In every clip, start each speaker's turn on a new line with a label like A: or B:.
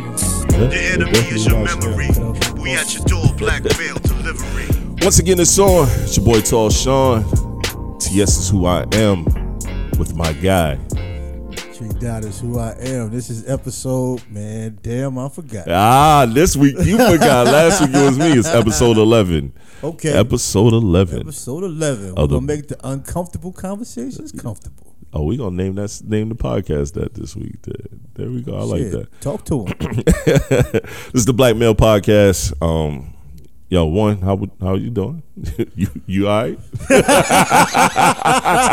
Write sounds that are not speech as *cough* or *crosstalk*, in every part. A: The enemy is your memory. We at your door, black veil delivery.
B: Once again, it's on. It's your boy Tall Sean. TS is who I am with my guy.
C: Treat Dot is who I am. This is episode, man. Damn, I forgot.
B: Ah, this week you forgot. Last week it was me. It's episode 11.
C: Okay.
B: Episode 11.
C: Episode 11. We're
B: Other-
C: going to make the uncomfortable conversations comfortable.
B: Oh, we gonna name that name the podcast that this week. There, there we go. I *laughs* like
C: Shit,
B: that.
C: Talk to him. *laughs*
B: *laughs* This is the Black Male Podcast. Um, yo, one, how would- how you doing? *laughs* you you all right?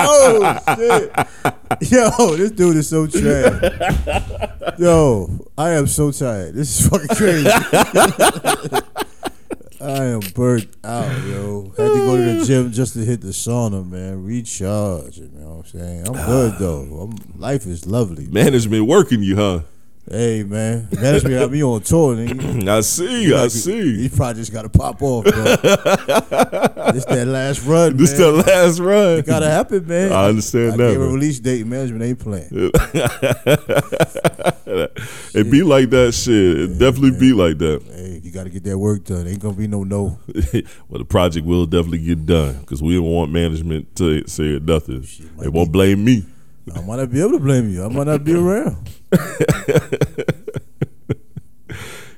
C: oh, shit. Yo, this dude is so trash.
B: *laughs*
C: Yo, I am so tired. This is fucking crazy. *laughs* I am burnt out, yo. Had to go to the gym just to hit the sauna, man. Recharge, you know what I'm saying? I'm good, though. I'm, life is lovely.
B: Management working you, huh? *clears throat*
C: Hey man, management got me on tour. Nigga.
B: I see, I see.
C: These projects gotta pop off,
B: *laughs*
C: bro. this that last run,
B: This
C: man.
B: the last run.
C: gotta happen, man.
B: I
C: *laughs*
B: understand
C: I
B: that,
C: gave a
B: man.
C: release date. Management ain't playing.
B: It be like that shit. It definitely be like that. *laughs*
C: Hey, you gotta get that work done. Ain't gonna be no no.
B: well, the project will definitely get done because we don't want management to say nothing. They
C: might
B: won't blame me.
C: I might not be able to blame you. I might not be around.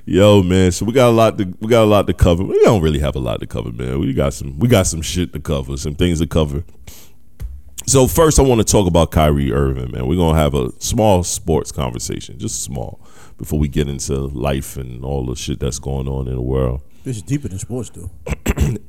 B: Yo, man. So we got a lot to we got a lot to cover. We don't really have a lot to cover, man. We got some we got some shit to cover, some things to cover. So first, I want to talk about Kyrie Irving, man. We're gonna have a small sports conversation, just small, before we get into life and all the shit that's going on in the world.
C: This is deeper than sports, though.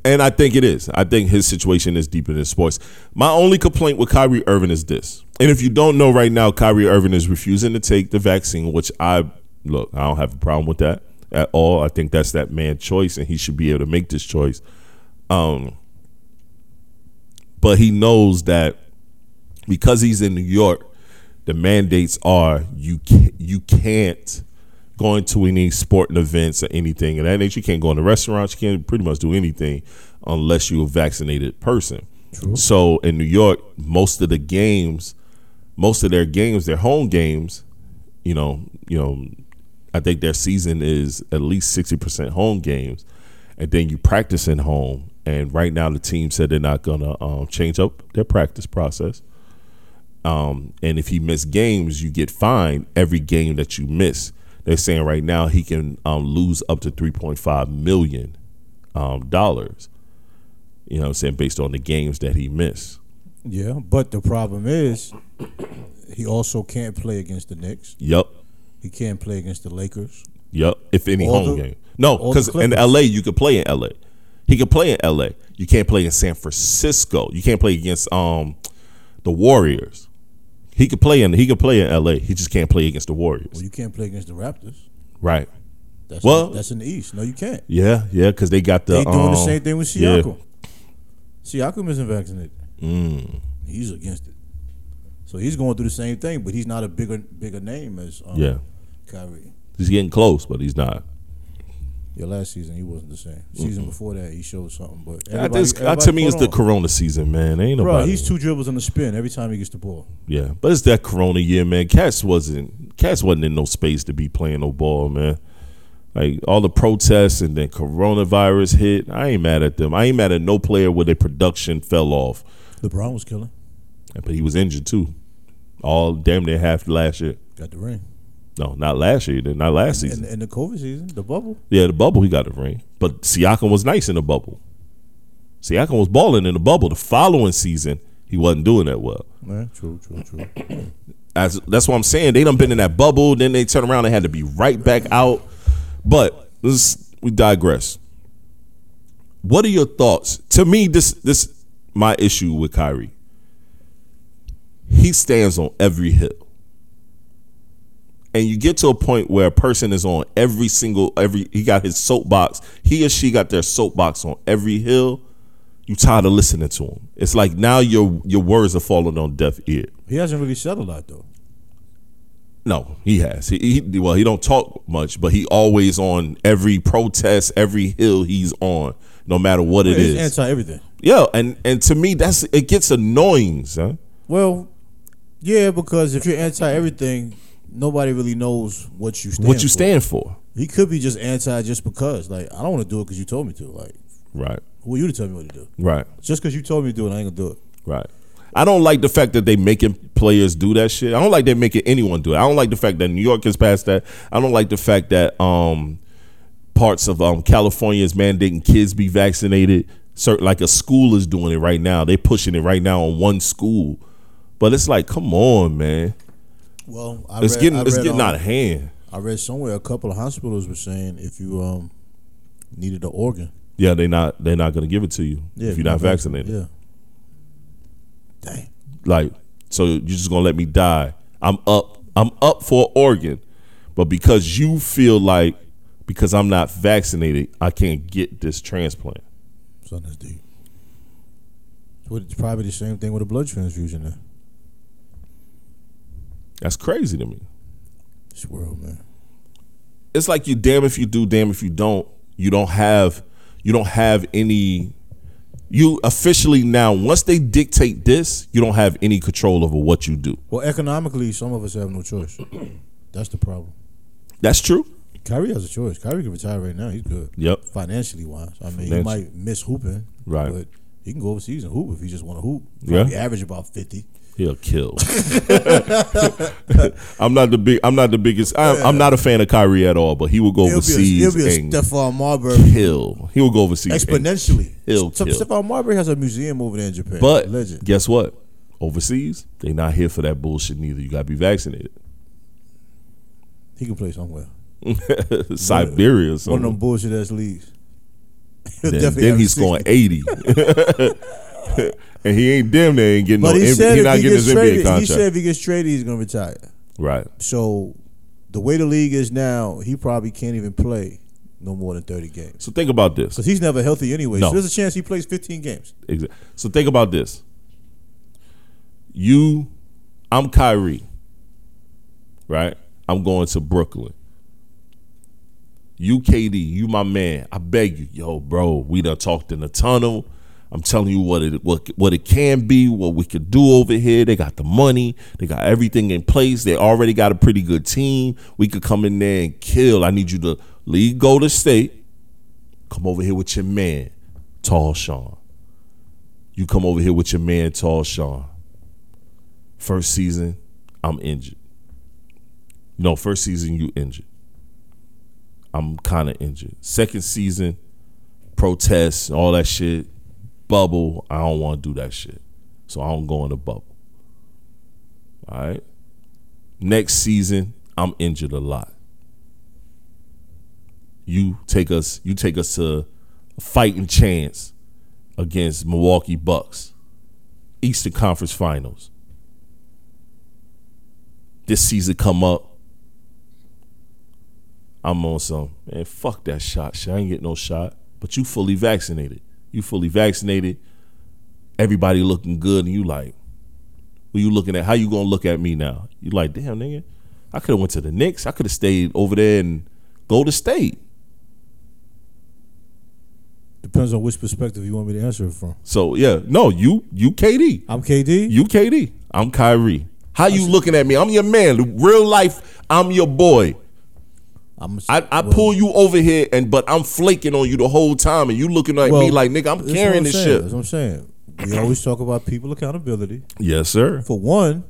B: And I think it is. I think his situation is deeper than sports. My only complaint with Kyrie Irving is this. And if you don't know right now, Kyrie Irving is refusing to take the vaccine, which I look, I don't have a problem with that at all. I think that's that man's choice and he should be able to make this choice. Um but he knows that because he's in New York, the mandates are you can, you can't go into any sporting events or anything of that nature. You can't go into restaurants. You can't pretty much do anything unless you're a vaccinated person. So in New York, most of the games, most of their games, their home games, you know, you know, I think their season is at least sixty percent home games, and then you practice in home. And right now, the team said they're not gonna um, change up their practice process. Um, and if he missed games, you get fined every game that you miss. They're saying right now he can um, lose up to three point five million um, dollars. You know, what I'm saying based on the games that he missed.
C: Yeah, but the problem is, he also can't play against the Knicks.
B: Yup,
C: He can't play against the Lakers.
B: yup. If any
C: All
B: home
C: the-
B: game, no,
C: all the
B: because in
C: Clippers.
B: L.A. you could play in L.A. He could play in L.A. You can't play in San Francisco. You can't play against um the Warriors. He could play in he could play in L.A. He just can't play against the
C: Well,
B: Warriors.
C: you can't play against the Raptors.
B: Right.
C: That's
B: Well-
C: that's in the East. No, you can't.
B: Yeah, yeah, because they got the
C: They doing
B: um,
C: the same thing with
B: yeah.
C: Siakam. Siakam isn't vaccinated.
B: Mm.
C: He's against it, so he's going through the same thing. But he's not a bigger bigger name as um,
B: Yeah.
C: Kyrie.
B: He's getting close, but he's not.
C: Yeah, last season he wasn't the same. Season before that he showed something, but
B: I
C: everybody-
B: think it's- that
C: everybody
B: to me
C: caught
B: it's the
C: on.
B: Corona season, man. Ain't
C: Bro,
B: nobody.
C: he's two dribbles on the spin every time he gets the ball.
B: yeah, but it's that Corona year, man. Cats wasn't Cats wasn't in no space to be playing no ball, man. Like all the protests and then coronavirus hit. I ain't mad at them. I ain't mad at no player where their production fell off,
C: LeBron was killing.
B: but he was injured too. All damn near half last year.
C: Got the ring.
B: No, not last year. Not last season.
C: And, and the COVID season, the bubble.
B: Yeah, the bubble he got a ring, but Siakam was nice in the bubble. Siakam was balling in the bubble. The following season, he wasn't doing that well.
C: Man, true, true, true.
B: As, that's what I'm saying. They done been in that bubble, then they turn around and had to be right back out. But this, we digress. What are your thoughts? To me, this this my issue with Kyrie. He stands on every hill. And you get to a point where a person is on every single every he got his soapbox. He or she got their soapbox on every hill. You tired of listening to him. It's like now your your words are falling on deaf ear.
C: He hasn't really said a lot though.
B: No, he has. He, he well, he don't talk much, but he always on every protest, every hill he's on, no matter what it
C: he's
B: is.
C: anti everything.
B: yeah, and and to me, that's it gets annoying, son.
C: Well, yeah, because if you're anti everything, nobody really knows what you stand
B: what you
C: for.
B: stand for.
C: He could be just anti just because. Like, I don't want to do it because you told me to. Like,
B: Right.
C: who are you to tell me what to do?
B: Right.
C: Just because you told me to do it, I ain't gonna do it.
B: Right. I don't like the fact that they making players do that shit. I don't like they making anyone do it. I don't like the fact that New York has passed that. I don't like the fact that um parts of um California is mandating kids be vaccinated. Certain like a school is doing it right now. They pushing it right now on one school. But it's like, come on, man.
C: Well, I
B: It's
C: read,
B: getting
C: I
B: it's
C: read um,
B: getting
C: on-
B: out of hand.
C: I read somewhere a couple of hospitals were saying if you um needed an organ,
B: Yeah, they not they're not gonna give it to you
C: yeah,
B: if you're not vaccinated.
C: yeah. Dang.
B: Like, so you're just gonna let me die. I'm up. I'm up for Oregon, but because you feel like because I'm not vaccinated, I can't get this transplant.
C: Son, that's deep. So It's probably the same thing with a blood transfusion. Then.
B: That's crazy to me.
C: This world, man.
B: It's like you damn if you do, damn if you don't. You don't have you don't have any you officially now once they dictate this, you don't have any control over what you do.
C: Well, economically, some of us have no
B: *clears throat*
C: choice. That's the problem.
B: That's true.
C: Kyrie has a choice. Kyrie can retire right now. He's good.
B: Yep.
C: Financially wise, I mean,
B: Financial.
C: he might miss hooping,
B: Right.
C: But he can go overseas and hoop if he just want to hoop.
B: Yeah.
C: Probably average about fifty.
B: He'll kill. *laughs* I'm not the big. I'm not the biggest. I, I'm not a fan of Kyrie at all. But he will go
C: He'll be a, he'll
B: overseas
C: be a
B: and
C: Stephon
B: *laughs*
C: Marbury *laughs*
B: kill. He will go overseas. and-
C: exponentially.
B: He'll
C: Ste-
B: kill.
C: Stephon Marbury has a museum over there in Japan.
B: but
C: legend.
B: guess what? Overseas, they not here for that bullshit neither. You gotta be vaccinated. *laughs*
C: He can play somewhere.
B: Siberia.
C: One
B: Or
C: of
B: something.
C: them bullshit ass leagues. *laughs* He'll
B: then,
C: definitely
B: then
C: have
B: he's
C: 60. *laughs*
B: scoring eighty, *laughs* and he ain't damn near ain't getting
C: But
B: no.
C: he
B: N-
C: said
B: he
C: if
B: not
C: he
B: getting
C: gets
B: his
C: traded,
B: NBA contract.
C: he said if he gets traded, he's gonna retire.
B: right.
C: So the way the league is now, he probably can't even play no more than thirty games
B: So think about this.
C: because he's never healthy anyway.
B: No.
C: So there's a chance he plays fifteen games.
B: Exa- So think about this. You, I'm Kyrie, right? I'm going to Brooklyn. You, KD, you my man. I beg you, yo, bro. We done talked in the tunnel. I'm telling you what it what what it can be, what we could do over here. They got the money, they got everything in place. They already got a pretty good team. We could come in there and kill. I need you to leave Golden State. Come over here with your man, Tall Sean you come over here with your man Tall Sean. First season, I'm injured. No, first season you injured. I'm kind of injured. Second season, protests, all that shit, bubble. I don't want to do that shit, so I don't go in the bubble. All right. Next season, I'm injured a lot. You take us. You take us to a fighting chance against Milwaukee Bucks, Eastern Conference Finals. This season come up. I'm on some man. Fuck that shot. Shit, I ain't get no shot. But you fully vaccinated. You fully vaccinated. Everybody looking good, and you like, who you looking at? How you gonna look at me now? You like, damn nigga, I could have went to the Knicks. I could have stayed over there and go to state.
C: Depends on which perspective you want me to answer it from.
B: So yeah, no, you you KD.
C: I'm KD.
B: You KD. I'm Kyrie. How you looking at me? I'm your man. Real life, I'm your boy.
C: I'm.
B: I, I pull you over here and but I'm flaking on you the whole time and you looking at me
C: well,
B: like nigga, I'm
C: that's what
B: carrying this
C: saying, That's
B: shit.
C: what I'm saying.
B: *clears throat*
C: We always talk about people accountability.
B: Yes, sir.
C: For one,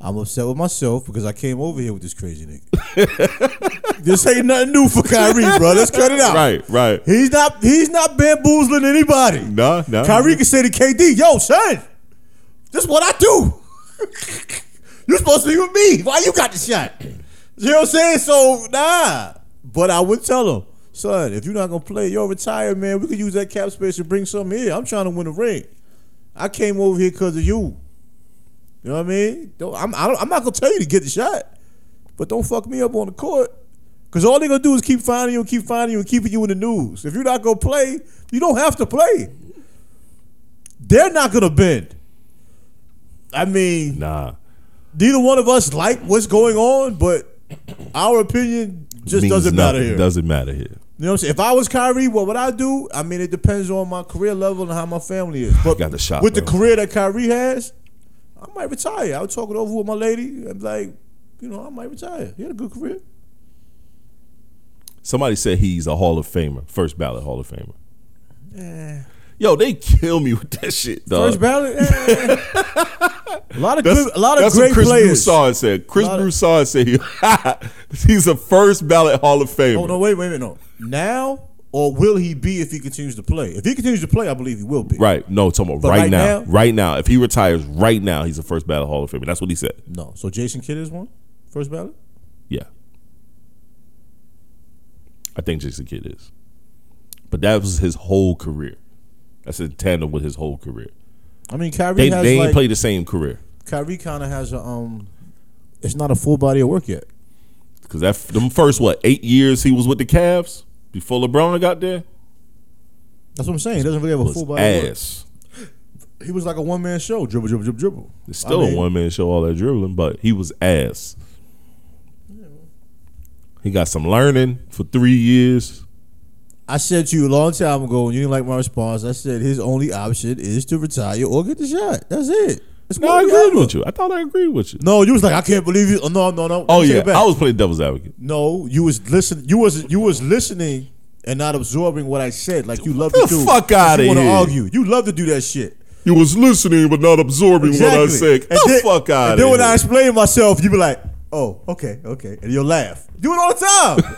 C: I'm upset with myself because I came over here with this crazy nigga.
B: *laughs*
C: this ain't nothing new for Kyrie, bro. Let's cut it out.
B: Right, right.
C: He's not. He's not bamboozling anybody.
B: Nah, nah.
C: Kyrie can say to KD, "Yo, son, this is what I do. *laughs* you supposed to be with me. Why you got the shot? You know what I'm saying? So nah. But I would tell him, son, if you're not gonna play, you're retired, man. We could use that cap space to bring something here. I'm trying to win a ring. I came over here because of you. You know what I mean? Don't, I'm, I don't, I'm not gonna tell you to get the shot, but don't fuck me up on the court. Cause all they gonna do is keep finding you and keep finding you and keeping you in the news. If you're not gonna play, you don't have to play. They're not gonna bend. I mean,
B: Nah.
C: neither one of us like what's going on, but our opinion just
B: Means
C: doesn't matter
B: nothing.
C: here.
B: Doesn't matter here.
C: You know what I'm saying? If I was Kyrie, what would I do? I mean, it depends on my career level and how my family is. But
B: Got the shot,
C: with the
B: Ah, bro.
C: career that Kyrie has, I might retire. I would talk it over with my lady. I'm like, you know, I might retire. He had a good career.
B: Somebody said he's a Hall of Famer, first ballot Hall of Famer. Yo, they kill me with that shit, dog.
C: Eh. First
B: *laughs*
C: ballot. eh. a lot of
B: Uh, That's,
C: good, a lot of
B: that's
C: great
B: what Chris
C: players.
B: Broussard said. Chris
C: Lot of-
B: Broussard said he, *laughs* he's a first ballot Hall of Famer.
C: Oh no, wait, wait, wait, no. Now or will he be if he continues to play? If he continues to play, I believe he will be.
B: Right. No, talking about
C: But
B: right,
C: right
B: now,
C: now-
B: Right now. If he retires right now, he's a first ballot Hall of Famer. That's what he said.
C: No. So Jason Kidd is one, first ballot.
B: Yeah. I think Jason Kidd is. But that was his whole career. That's in tandem with his whole career.
C: I mean, Kyrie
B: They,
C: has
B: they ain't
C: like
B: played the same career.
C: Kyrie kind of has a um. It's not a full body of work yet.
B: Because that them first what, eight years he was with the Cavs before LeBron got there?
C: That's what I'm saying. He doesn't really have a
B: Was
C: full body. Of work.
B: ass.
C: He was like a one man show, dribble, dribble, dribble, dribble.
B: It's still a one man show, all that dribbling, but he was ass. He got some learning for three years.
C: I said to you a long time ago, and you didn't like my response. I said his only option is to retire or get the shot. That's it. It's
B: No,
C: one or
B: I
C: the
B: agreed
C: other.
B: with you. I thought I agreed with you.
C: No, you was like, I can't believe you. Oh, no, no, no.
B: Oh
C: Take
B: yeah,
C: it back.
B: I was playing devil's advocate.
C: No, you was listen. You was you was listening and not absorbing what I said. Like you love to
B: The
C: do.
B: fuck
C: You
B: outta
C: wanna
B: here.
C: argue. You love to do that shit.
B: You was listening but not absorbing what I
C: Exactly.
B: said. Get
C: And
B: the
C: then-
B: fuck out
C: And
B: of
C: then when
B: here.
C: I explain myself, you be like, "Oh, okay, okay," and you'll laugh. Do it all the
B: *laughs*
C: time.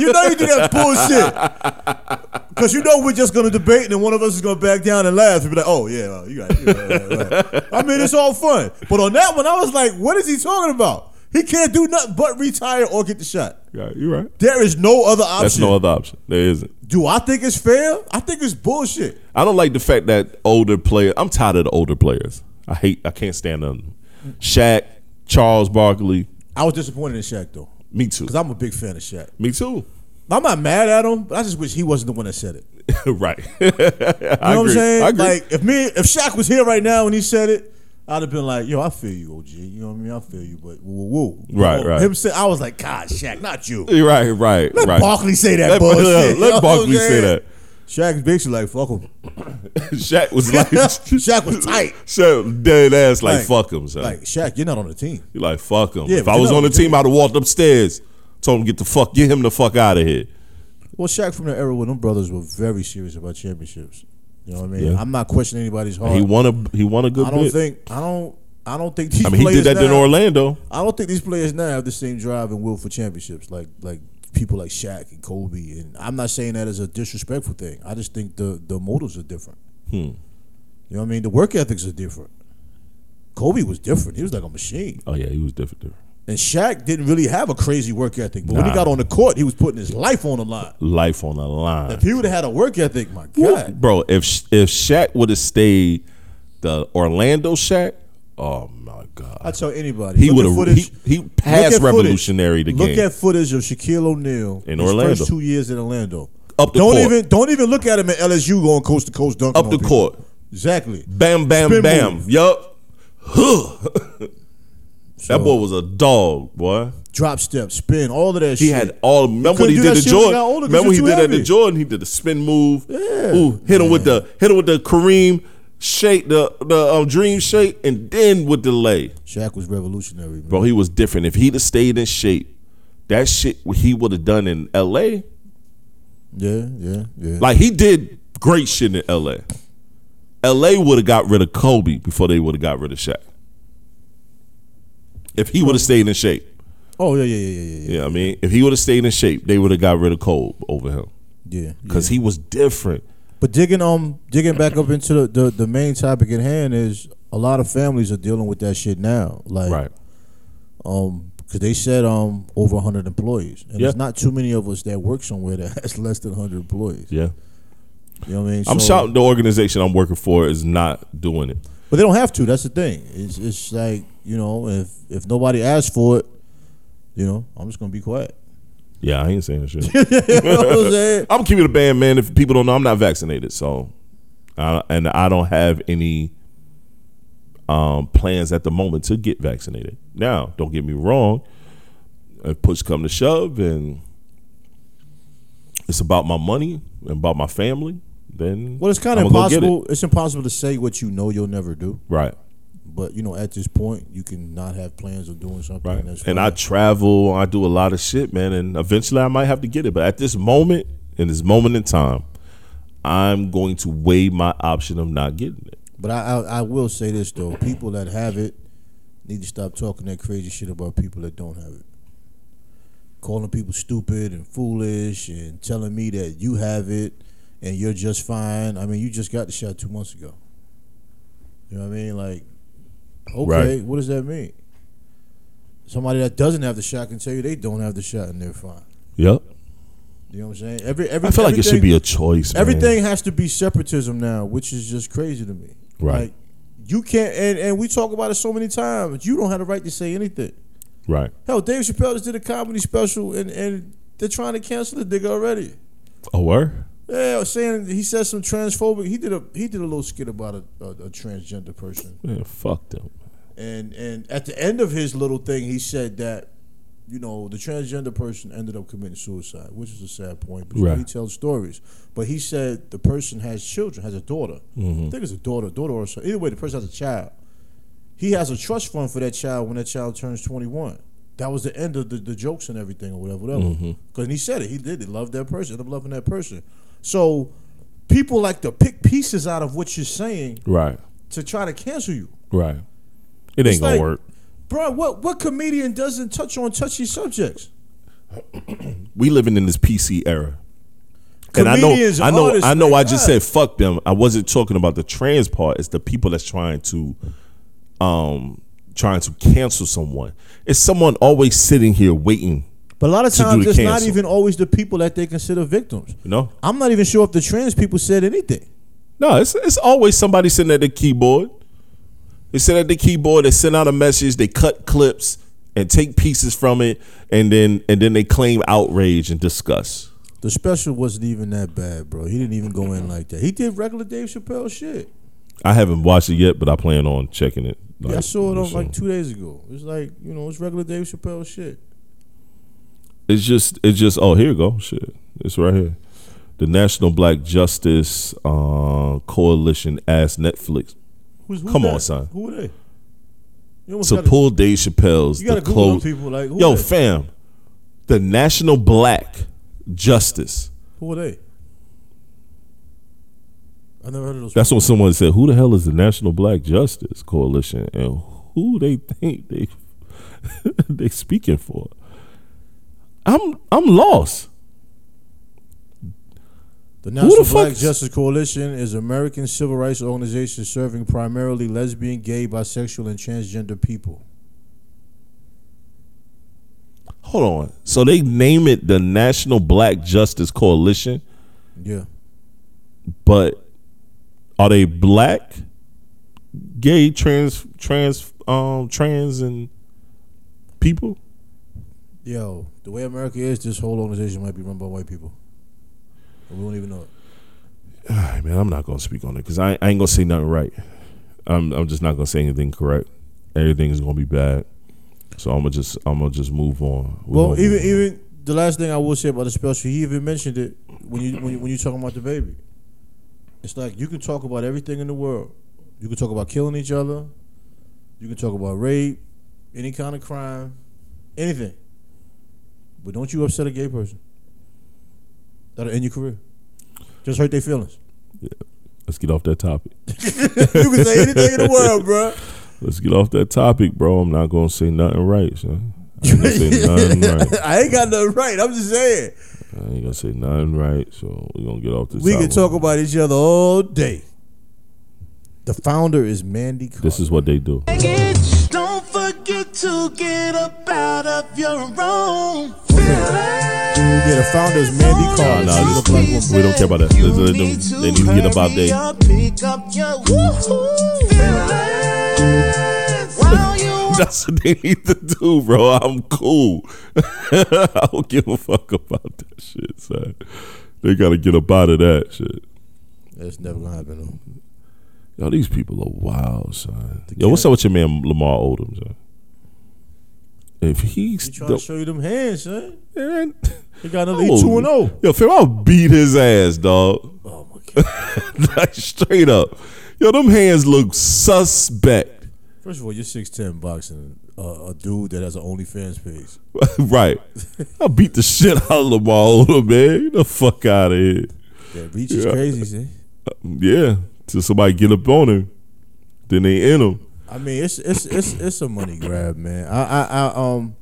C: you know you do that bullshit because you know we're just gonna debate, and then one of us is gonna back down and laugh and be like, "Oh yeah, uh, you got." you right, right, right." I mean, it's all fun, but on that one, I was like, "What is he talking about? He can't do nothing but retire or get the shot."
B: yeah, you're right.
C: There is no other option.
B: That's no other option. There isn't.
C: Do I think it's fair? I think it's bullshit.
B: I don't like the fact that older players. I'm tired of the older players. I hate. I can't stand them. Shaq, Charles Barkley.
C: I was disappointed in Shaq though,
B: Me too.
C: because I'm a big fan of Shaq.
B: Me too. *laughs*
C: I'm not mad at him, but I just wish he wasn't the one that said it. You
B: right. I know
C: know what I'm saying?
B: I agree.
C: Like if me, if Shaq was here right now and he said it, I'd have been like, "Yo, I feel you, OG. You know what I mean? I feel you." But woo, woo. woo.
B: Right,
C: You know,
B: right.
C: Him say, I was like, "God, Shaq, not you."
B: You're right. Right.
C: Let
B: right.
C: Barkley say that
B: Let- *laughs*
C: bullshit.
B: let-
C: You know what I'm
B: Barkley say
C: saying?
B: that.
C: Shaq's basically like, "Fuck him."
B: Shaq was like.
C: *laughs* Shaq
B: *laughs*
C: was tight.
B: Shaq dead ass like,
C: Like-
B: fuck him. Son.
C: Like Shaq, you're not on the team.
B: You're like, fuck him.
C: Yeah,
B: if
C: but
B: I
C: you
B: was
C: know-
B: on the team, I'd have walked upstairs, told him get the fuck, get him the fuck out of here.
C: Well, Shaq from the era when them brothers were very serious about championships. You know what I mean?
B: Yeah.
C: I'm not questioning anybody's heart.
B: He won a he won a good
C: I don't
B: bit.
C: think I don't I don't think these
B: I mean, he
C: players
B: did that
C: now,
B: in Orlando.
C: I don't think these players now have the same drive and will for championships like like people like Shaq and Kobe. And I'm not saying that as a disrespectful thing. I just think the the motives are different. You know what I mean? The work ethics are different. Kobe was different. He was like a machine.
B: Oh yeah, he was different. different.
C: And Shaq didn't really have a crazy work ethic. But when he
B: Nah.
C: got on the court, he was putting his life on the line.
B: Life on the line,
C: If he would have had a work ethic, my God.
B: bro. If if Shaq would have stayed the Orlando Shaq, oh my
C: I
B: god,
C: tell anybody.
B: he
C: look at
B: would have he,
C: footage-
B: he
C: Look
B: passed
C: at footage.
B: revolutionary the
C: look
B: game.
C: at footage of Shaquille O'Neal
B: In
C: his
B: Orlando.
C: First two years in Orlando.
B: Up the
C: don't
B: court.
C: even don't even look at him at LSU going coast to coast dunking.
B: Up
C: on
B: the
C: people.
B: court,
C: Exactly.
B: bam, bam,
C: Spin
B: bam.
C: move.
B: Yup. Huh.
C: So,
B: that boy was a dog, boy.
C: drop step, spin, all of that
B: He
C: shit.
B: had all. Remember when
C: couldn't
B: he
C: do
B: did
C: that
B: the
C: shit when he
B: Jordan.
C: got older 'cause
B: remember when he
C: you're
B: did
C: too
B: that the
C: heavy.
B: Jordan. He did the spin move.
C: Yeah.
B: Ooh, hit him with the hit him with the Kareem shake, the the um, dream shake, and then with the lay.
C: Shaq was revolutionary, man.
B: Bro, he was different. If he'd have stayed in shape, that shit he would have done in L.A.
C: Yeah, yeah, yeah.
B: Like he did great shit in L.A. L.A. would have got rid of Kobe before they would have got rid of Shaq. If he would have stayed in shape,
C: oh yeah, yeah, yeah, yeah, yeah,
B: yeah, I mean, if he would have stayed in shape, they would have got rid of Kobe over him
C: yeah. yeah.
B: because he was different.
C: But digging um digging back up into the, the the main topic at hand is a lot of families are dealing with that shit now. Like um because they said um over 100 employees and there's
B: Yeah.
C: not too many of us that work somewhere *laughs* that has less than 100 employees
B: Yeah.
C: you know what i mean
B: I'm
C: So-
B: shouting the organization I'm working for is not doing it.
C: but they don't have to that's the thing it's it's like you know if if nobody asks for it you know i'm just gonna be quiet *laughs*
B: Yeah, I ain't saying shit.
C: you know what i'm saying
B: I'm keeping it a band, man. If people don't know, I'm not vaccinated, so I, and I don't have any um, plans at the moment to get vaccinated. Now, don't get me wrong. If push come to shove, and it's about my money and about my family, then
C: well it's kind of
B: I'ma go get it.
C: impossible it's impossible to say what you know you'll never do
B: right?
C: But you know, at this point, you can not have plans of doing something.
B: Right.
C: That's
B: and I travel, I do a lot of shit, man, and eventually I might have to get it. But at this moment, in this moment in time, I'm going to weigh my option of not getting it.
C: But I, I I will say this though: people that have it need to stop talking that crazy shit about people that don't have it. Calling people stupid and foolish and telling me that you have it and you're just fine. I mean, you just got the shot two months ago. You know what I mean? Like, okay,
B: Right.
C: what does that mean? Somebody that doesn't have the shot can tell you they don't have the shot and they're fine.
B: Yep.
C: You know what I'm saying? Every, every
B: I feel like it should
C: everything-
B: be a choice. man.
C: Everything has to be separatism now, which is just crazy to me.
B: Right.
C: Like, you can't, and, and we talk about it so many times. You don't have the right to say anything.
B: Right.
C: Hell, Dave Chappelle just did a comedy special, and, and they're trying to cancel the nigga already.
B: A word?
C: Yeah, saying he said some transphobic. He did a he did a little skit about a, a, a transgender person,
B: Man, fuck them.
C: and and at the end of his little thing, he said that you know the transgender person ended up committing suicide, which is a sad point. But you know,
B: Right.
C: he tells stories. But he said the person has children, has a daughter. I think it's a daughter, daughter or son. Either way, the person has a child. He has a trust fund for that child when that child turns twenty one. That was the end of the, the jokes and everything or whatever, whatever. Because he said it, he did. He loved that person. Ended up loving that person. So people like to pick pieces out of what you're saying
B: Right.
C: to try to cancel you.
B: Right. It ain't
C: It's
B: gonna
C: like-
B: work.
C: Bro, what what comedian doesn't touch on touchy subjects?
B: We living in this PC era. And I know,
C: Comedians,
B: I know,
C: artists,
B: I know.
C: like
B: I just
C: that.
B: said fuck them. I wasn't talking about the trans part. It's the people that's trying to, um, trying to cancel someone. It's someone always sitting here waiting.
C: But a lot of
B: To do
C: times
B: the
C: it's not
B: cancel.
C: even always the people that they consider victims.
B: You know?
C: I'm not even sure if the trans people said anything.
B: No, it's it's always somebody sitting at the keyboard. They sit at the keyboard. They send out a message. They cut clips and take pieces from it, and then and then they claim outrage and disgust.
C: The special wasn't even that bad, bro. He didn't even go in like that. He did regular Dave Chappelle shit.
B: I haven't watched it yet, but I plan on checking it.
C: yeah, I
B: Like,
C: saw it on
B: so-
C: like two days ago. It's like you know, it's regular Dave Chappelle shit.
B: It's just it's just oh here you go shit it's right here. The National Black Justice uh, Coalition asked Netflix
C: Who's, who's
B: Come
C: that?
B: on, son.
C: Who are they? You almost
B: to
C: gotta,
B: pull Dave Chappelle's
C: you gotta
B: the
C: Google them
B: close.
C: people like who
B: Yo,
C: are they?
B: fam, the National Black Justice.
C: who are they? I never heard of those.
B: That's what someone said. Who the hell is the National Black Justice Coalition, and who they think they *laughs* they speaking for? I'm I'm lost.
C: The National Black
B: fuck's-
C: Justice Coalition is an American civil rights organization serving primarily lesbian, gay, bisexual, and transgender people.
B: Hold on. So they name it the National Black Justice Coalition.
C: Yeah.
B: but are they black, gay, trans, trans, um, trans and people?
C: Yo, the way America is, this whole organization might be run by white people. And we don't even know it.
B: All right, man, I'm not gonna speak on it because I, I ain't gonna say nothing right. I'm I'm just not gonna say anything correct. Everything is gonna be bad. So I'm gonna just I'm gonna just move on. We're
C: Well,
B: gonna
C: even
B: move on.
C: even the last thing I will say about the special, he even mentioned it when you when you, when you talking about the baby. It's like you can talk about everything in the world. You can talk about killing each other. You can talk about rape, any kind of crime, anything. But don't you upset a gay person. That'll end your career. Just hurt their feelings. *laughs*
B: let's get off that topic.
C: you can say anything in the world, bro.
B: Let's get off that topic, bro. I'm not gonna say nothing right, son. I ain't
C: *laughs*
B: gonna say nothing right.
C: I ain't got nothing right. I'm just saying.
B: I ain't gonna say nothing right. So we're gonna get off this.
C: We can
B: topic.
C: talk about each other all day. The founder is Mandy Carter.
B: This is what
C: *laughs*
B: they do.
D: Don't forget to get up out of your own. feelings.
C: yeah, the founder is Mandy Carter.
B: nah,
C: She's
B: this-
C: a black woman.
B: we don't care about that.
D: You
B: They- they-
D: need
B: they need to get up out
D: hurry
B: there.
D: up, Pick up your woo-hoo feelings. While you
B: That's what they need to do, bro. I'm cool. *laughs* I don't give a fuck about that shit, son. They gotta get up out of that shit.
C: That's never gonna happen though.
B: Yo, these people are wild, son. Yo, what's up with your man Lamar Odom, son? If he's
C: He trying to show you them hands, son.
B: man,
C: He got *laughs*
B: *laughs*
C: another. He two and oh. zero.
B: Yo, fam, I'll beat his ass, dog.
C: Oh my god.
B: *laughs* like straight up. Yo, them hands look suspect. *laughs*
C: First of all, you're six ten boxing uh, a dude that has an OnlyFans page.
B: right. I'll beat the shit out of Lamar Odom, man. Get the fuck out of here.
C: That reach is
B: Yeah.
C: crazy. See,
B: Yeah. Till somebody get up on him. Then they in him.
C: I mean, it's it's it's it's a money grab, man. I I, I um,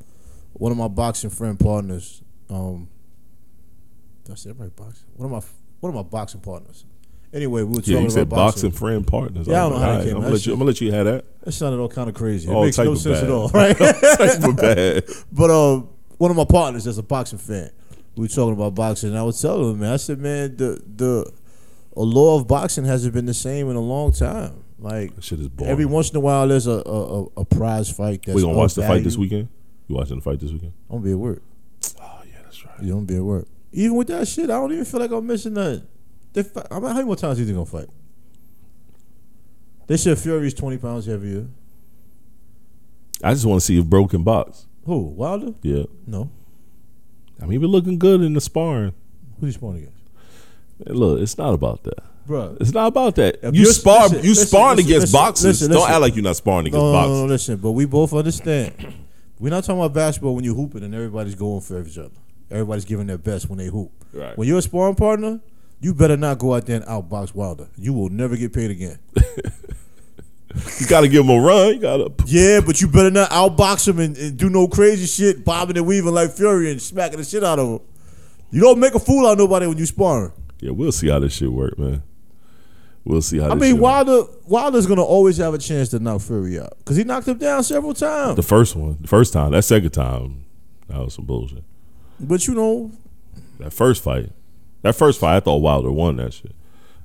C: one of my boxing friend partners. Um, did I say right boxing? One of my one of my boxing partners. Anyway, we were talking
B: Yeah, you
C: about
B: said
C: boxing.
B: boxing friend partners.
C: Yeah, I
B: I'm
C: don't know how that came
B: I'm
C: out.
B: gonna let you. I'm gonna let you have that.
C: That sounded all kind of crazy. It
B: All
C: makes
B: type
C: no
B: of
C: sense
B: Oh,
C: at
B: bad.
C: all,
B: *laughs*
C: right?
B: Super bad.
C: But um, one of my partners is a boxing fan. We were talking about boxing, and I was telling him, man, I said, man, the the allure of boxing hasn't been the same in a long time. Like
B: That shit is boring.
C: every once in a while, there's a a, a, a prize fight. That's
B: we gonna
C: of
B: watch the fight this
C: value.
B: weekend. You watching the fight this weekend?
C: I'm gonna be at work.
B: Oh yeah, that's right.
C: You don't be at work. Even with that shit, I don't even feel like I'm missing nothing. They fi- I mean, how many more times do you think I'm gonna fight? They said Fury's twenty pounds heavier.
B: I just want to see if Bro can box.
C: Who Wilder?
B: Yeah,
C: No,
B: I mean we're looking good in the sparring.
C: who's he sparring against?
B: Hey, Look, it's not about that.
C: Bro,
B: It's not about that.
C: If
B: you
C: you're-
B: spar.
C: listen,
B: you
C: listen,
B: sparring
C: listen,
B: against
C: listen,
B: boxers.
C: listen,
B: Don't
C: listen.
B: act like you're not sparring against
C: No,
B: boxers.
C: no, no, listen, but we both understand. We're not talking about basketball when you're hooping and everybody's going for each other. Everybody's giving their best when they hoop.
B: Right.
C: When you're a sparring partner, you better not go out there and outbox Wilder. You will never get paid again.
B: You gotta give him a run. You gotta.
C: yeah, but you better not outbox him and, and do no crazy shit, bobbing and weaving like Fury and smacking the shit out of him. You don't make a fool out of nobody when you sparring.
B: Yeah, we'll see how this shit work, man. We'll see how.
C: I
B: this
C: mean,
B: shit work.
C: Wilder Wilder's gonna always have a chance to knock Fury out because he knocked him down several times.
B: The first one, the first time, that second time, that was some bullshit.
C: but you know,
B: That first fight, that first fight, I thought Wilder won that shit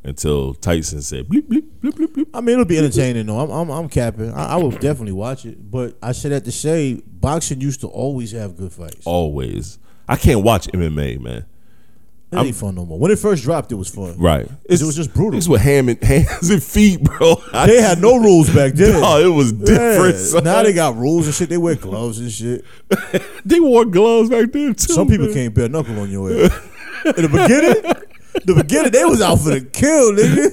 B: until Tyson said bleep bleep bleep bleep bleep.
C: I mean, it'll be entertaining though. I'm I'm, I'm capping. I, I will definitely watch it. But I said that to say, boxing used to always have good fights.
B: Always, I can't watch MMA, man.
C: it ain't fun no more. When it first dropped, it was fun.
B: Right?
C: It was just brutal.
B: It's with ham and, *laughs* hands and feet, bro. I-
C: They
B: *laughs*
C: had no rules back then.
B: Oh, it was different.
C: Yeah.
B: son.
C: Now they got rules and shit. They wear gloves and shit.
B: They wore gloves back then too.
C: Some people
B: man.
C: can't bare knuckle on your ass. In the beginning, the beginning they was out for the kill, nigga.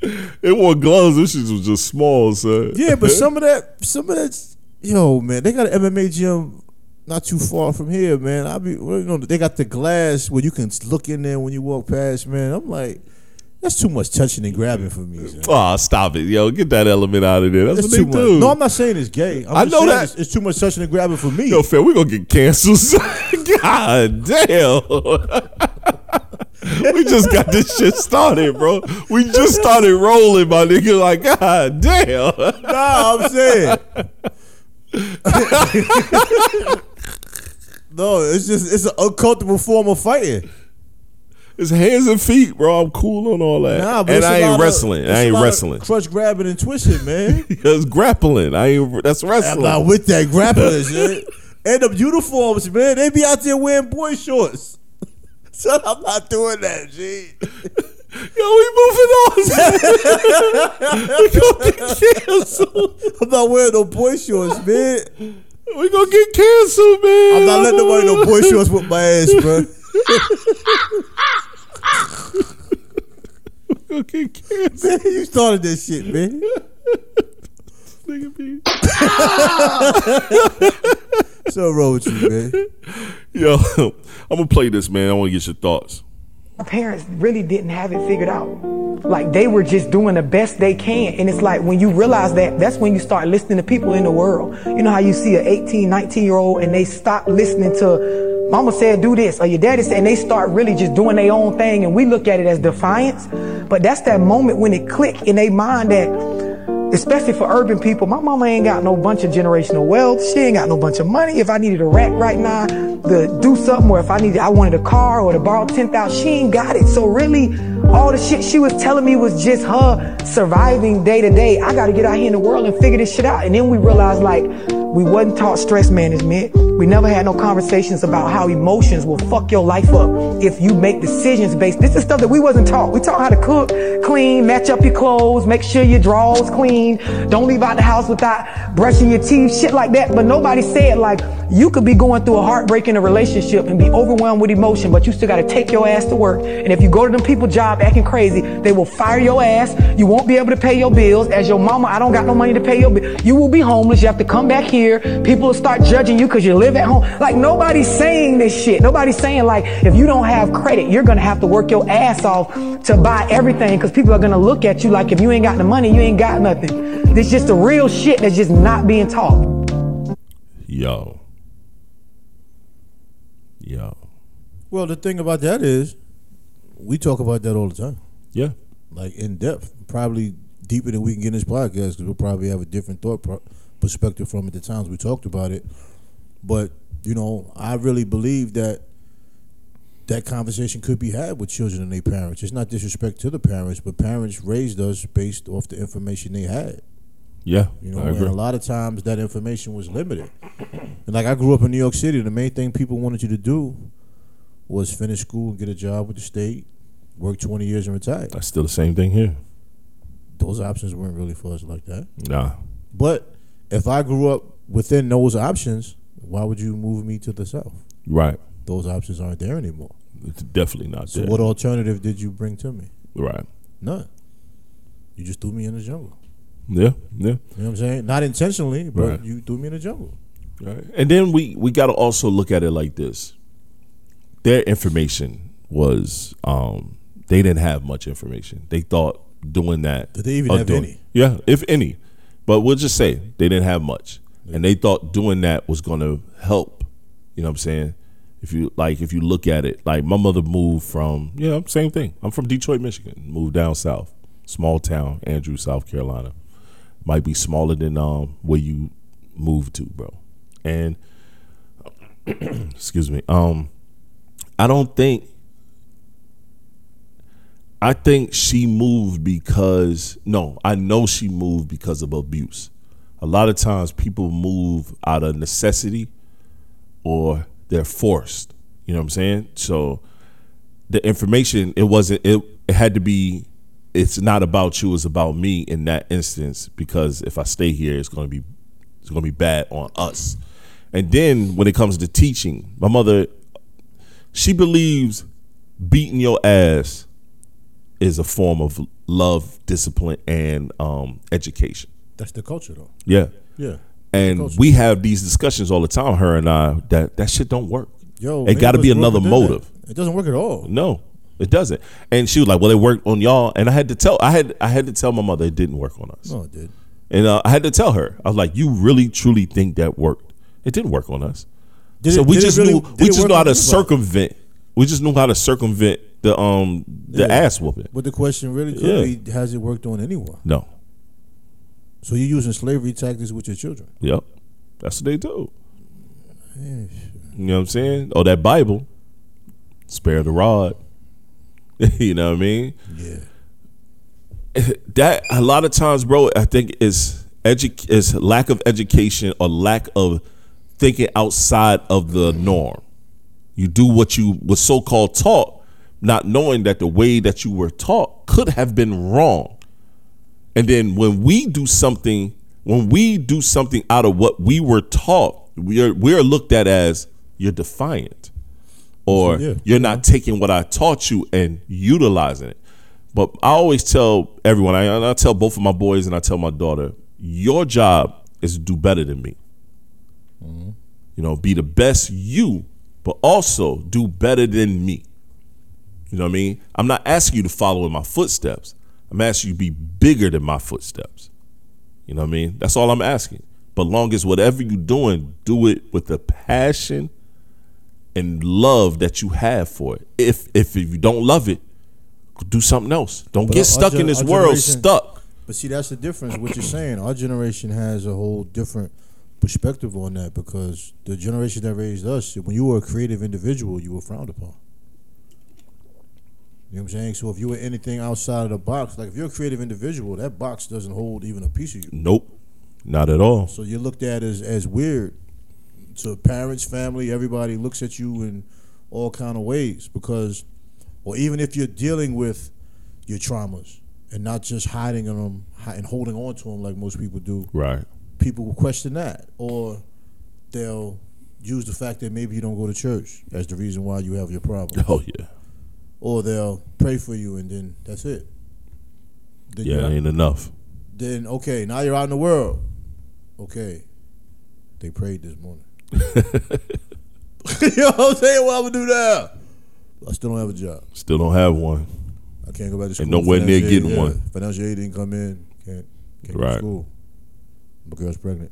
C: *laughs* shit.
B: They wore gloves. This shit was just small, son.
C: Yeah,
B: *laughs*
C: but some of that, some of that, yo, man, they got an MMA gym not too far from here, man. I be, well, you know, they got the glass where you can look in there when you walk past, man. I'm like, that's too much touching and grabbing for me. son.
B: Oh, stop it, yo! Get that element out of there. That's
C: That's
B: what they
C: too much.
B: do.
C: No, I'm not saying it's gay. I'm
B: I
C: just
B: know
C: saying
B: that.
C: It's, it's too much touching and grabbing for me. *laughs*
B: Yo, fam, we gonna get canceled. *laughs* son. God damn. *laughs* we just got this shit started, bro. We just started rolling, my nigga. Like, God damn. *laughs*
C: nah, I'm saying. no, it's just it's an uncomfortable form of fighting.
B: It's hands and feet, bro. I'm cool on all that.
C: Nah, but
B: and
C: it's a
B: I
C: lot
B: ain't
C: of-
B: wrestling.
C: it's
B: I
C: a
B: ain't
C: lot of
B: wrestling.
C: Crutch grabbing and twisting, man.
B: It's grappling. I ain't. That's
C: I'm
B: wrestling.
C: not with that grappling *laughs* shit. And the uniforms, man, they be out there wearing boy shorts. *laughs* So I'm not doing that, G. *laughs*
B: Yo, we moving on. *laughs* we gonna get canceled.
C: I'm not wearing no boy shorts, man.
B: We gonna get canceled, man.
C: I'm not letting nobody no boy shorts with my ass, bro.
B: We gonna get canceled.
C: Man, you started this shit, man.
B: Nigga, be.
C: What's up wrong with you, man?
B: Yo, *laughs* I'm gonna play this, man. I want to get your thoughts.
E: My parents really didn't have it figured out. Like they were just doing the best they can. And it's like when you realize that, that's when you start listening to people in the world. You know how you see an 18, 19 year old and they stop listening to mama said do this or your daddy said, and they start really just doing their own thing. And we look at it as defiance. But that's that moment when it click in their mind that, especially for urban people, my mama ain't got no bunch of generational wealth. She ain't got no bunch of money. If I needed a rack right now to do something, or if I needed, I wanted a car or to borrow 10,000, she ain't got it. So really, all the shit she was telling me was just her surviving day to day. I got to get out here in the world and figure this shit out. And then we realized like we wasn't taught stress management. We never had no conversations about how emotions will fuck your life up if you make decisions based. This is stuff that we wasn't taught. We taught how to cook, clean, match up your clothes, make sure your drawers clean, don't leave out the house without brushing your teeth, shit like that. But nobody said like You could be going through a heartbreak in a relationship and be overwhelmed with emotion, but you still got to take your ass to work. And if you go to them people job acting crazy, they will fire your ass. You won't be able to pay your bills. As your mama, I don't got no money to pay your bill. You will be homeless. You have to come back here. People will start judging you because you live at home. Like nobody's saying this shit. Nobody's saying like if you don't have credit, you're gonna have to work your ass off to buy everything because people are gonna look at you like if you ain't got the money, you ain't got nothing. This just the real shit that's just not being taught.
B: Yo. Yo.
C: Well, the thing about that is, we talk about that all the time,
B: Yeah.
C: like in depth, probably deeper than we can get in this podcast because we'll probably have a different thought pro- perspective from it. The times we talked about it, but you know, I really believe that that conversation could be had with children and their parents. It's not disrespect to the parents, but parents raised us based off the information they had.
B: Yeah.
C: You know,
B: I
C: and
B: agree.
C: a lot of times that information was limited. And like I grew up in New York City, the main thing people wanted you to do was finish school and get a job with the state, work twenty years and retire.
B: That's still the same thing here.
C: Those options weren't really for us like that.
B: Nah.
C: But if I grew up within those options, why would you move me to the south?
B: Right.
C: Those options aren't there anymore.
B: It's definitely not
C: So
B: there.
C: what alternative did you bring to me?
B: right.
C: None. You just threw me in the jungle.
B: Yeah.
C: You
B: Yeah.
C: know what I'm saying? Not intentionally, but
B: Right.
C: you threw me in the jungle.
B: Right. And then we we got to also look at it like this. Their information was um they didn't have much information. They thought doing that.
C: Did they even
B: or
C: have any?
B: Yeah, if any. But we'll just say they didn't have much. And they thought doing that was going to help. You know what I'm saying? If you like if you look at it, like my mother moved from, you know, same thing. I'm from Detroit, Michigan, moved down south. Small town, Andrew, South Carolina might be smaller than um where you moved to, bro. And *clears throat* excuse me, um, I don't think. I think she moved because no, I know she moved because of abuse. A lot of times people move out of necessity or they're forced. You know what I'm saying? So the information it wasn't it, it had to be it's not about you it's about me in that instance because if i stay here it's going to be it's going to be bad on us and then when it comes to teaching my mother she believes beating your ass is a form of love discipline and um, education
C: That's the culture, though.
B: yeah
C: Yeah.
B: and
C: Culture.
B: we have these discussions all the time her and i that that shit don't work
C: Yo,
B: it
C: many
B: got to
C: of
B: be
C: us grew up
B: another
C: within that.
B: motive
C: It doesn't work at all.
B: no, it doesn't. And she was like, "Well, it worked on y'all," and I had to tell I had I had to tell my mother it didn't work on us,
C: No, it did.
B: and uh, I had to tell her I was like, "You really truly think that worked? It didn't work on us."
C: Did
B: so
C: it-
B: we
C: did it
B: just
C: really-
B: knew
C: did
B: we
C: it
B: just
C: work
B: knew how
C: on
B: to
C: anybody?
B: circumvent. We just knew how to circumvent the um the
C: Yeah.
B: ass whooping.
C: But the question really could
B: Yeah.
C: be: Has it worked on anyone?
B: No,
C: So you're using slavery tactics with your children.
B: yep, that's what they do. You know what I'm saying? Oh, that Bible, spare the rod. *laughs* you know what I mean?
C: Yeah,
B: *laughs* that a lot of times, bro, I think is edu- is lack of education or lack of thinking outside of the norm. You do what you was so called taught, not knowing that the way that you were taught could have been wrong. And then when we do something, when we do something out of what we were taught, we are we are looked at as you're defiant, or
C: Yeah.
B: you're not taking what I taught you and utilizing it. But I always tell everyone, I, and I tell both of my boys and I tell my daughter, your job is to do better than me. You know, be the best you, but also do better than me. You know what I mean? I'm not asking you to follow in my footsteps. I'm asking you to be bigger than my footsteps. You know what I mean? That's all I'm asking. But long as whatever you're doing, do it with the passion and love that you have for it. If if you don't love it, do something else. Don't
C: But
B: get
C: our-
B: stuck
C: our
B: in this
C: gen- our
B: world
C: generation-
B: stuck.
C: but see, that's the difference. What you're saying, our generation has a whole different perspective on that because the generation that raised us, when you were a creative individual, you were frowned upon. You know what I'm saying? So if you were anything outside of the box, like if you're a creative individual, that box doesn't hold even a piece of you.
B: Nope. Not at all.
C: So you're looked at as as weird. So parents, family, everybody looks at you in all kind of ways because, or even if you're dealing with your traumas and not just hiding them hi- and holding on to them like most people do,
B: Right. *laughs*
C: people will question that, or they'll use the fact that maybe you don't go to church as the reason why you have your problem.
B: Oh yeah,
C: or they'll pray for you and then that's it. Then
B: yeah,
C: you're
B: it
C: out-
B: ain't enough.
C: then okay, now you're out in the world. Okay, they prayed this morning. *laughs* you know what I'm saying? What I'm gonna do now? I still don't have a job.
B: Still don't have one.
C: I can't go back to school.
B: nowhere near
C: Financial aid,
B: getting one.
C: Financial aid didn't come in. Can't can't go
B: Right.
C: to school. My girl's pregnant.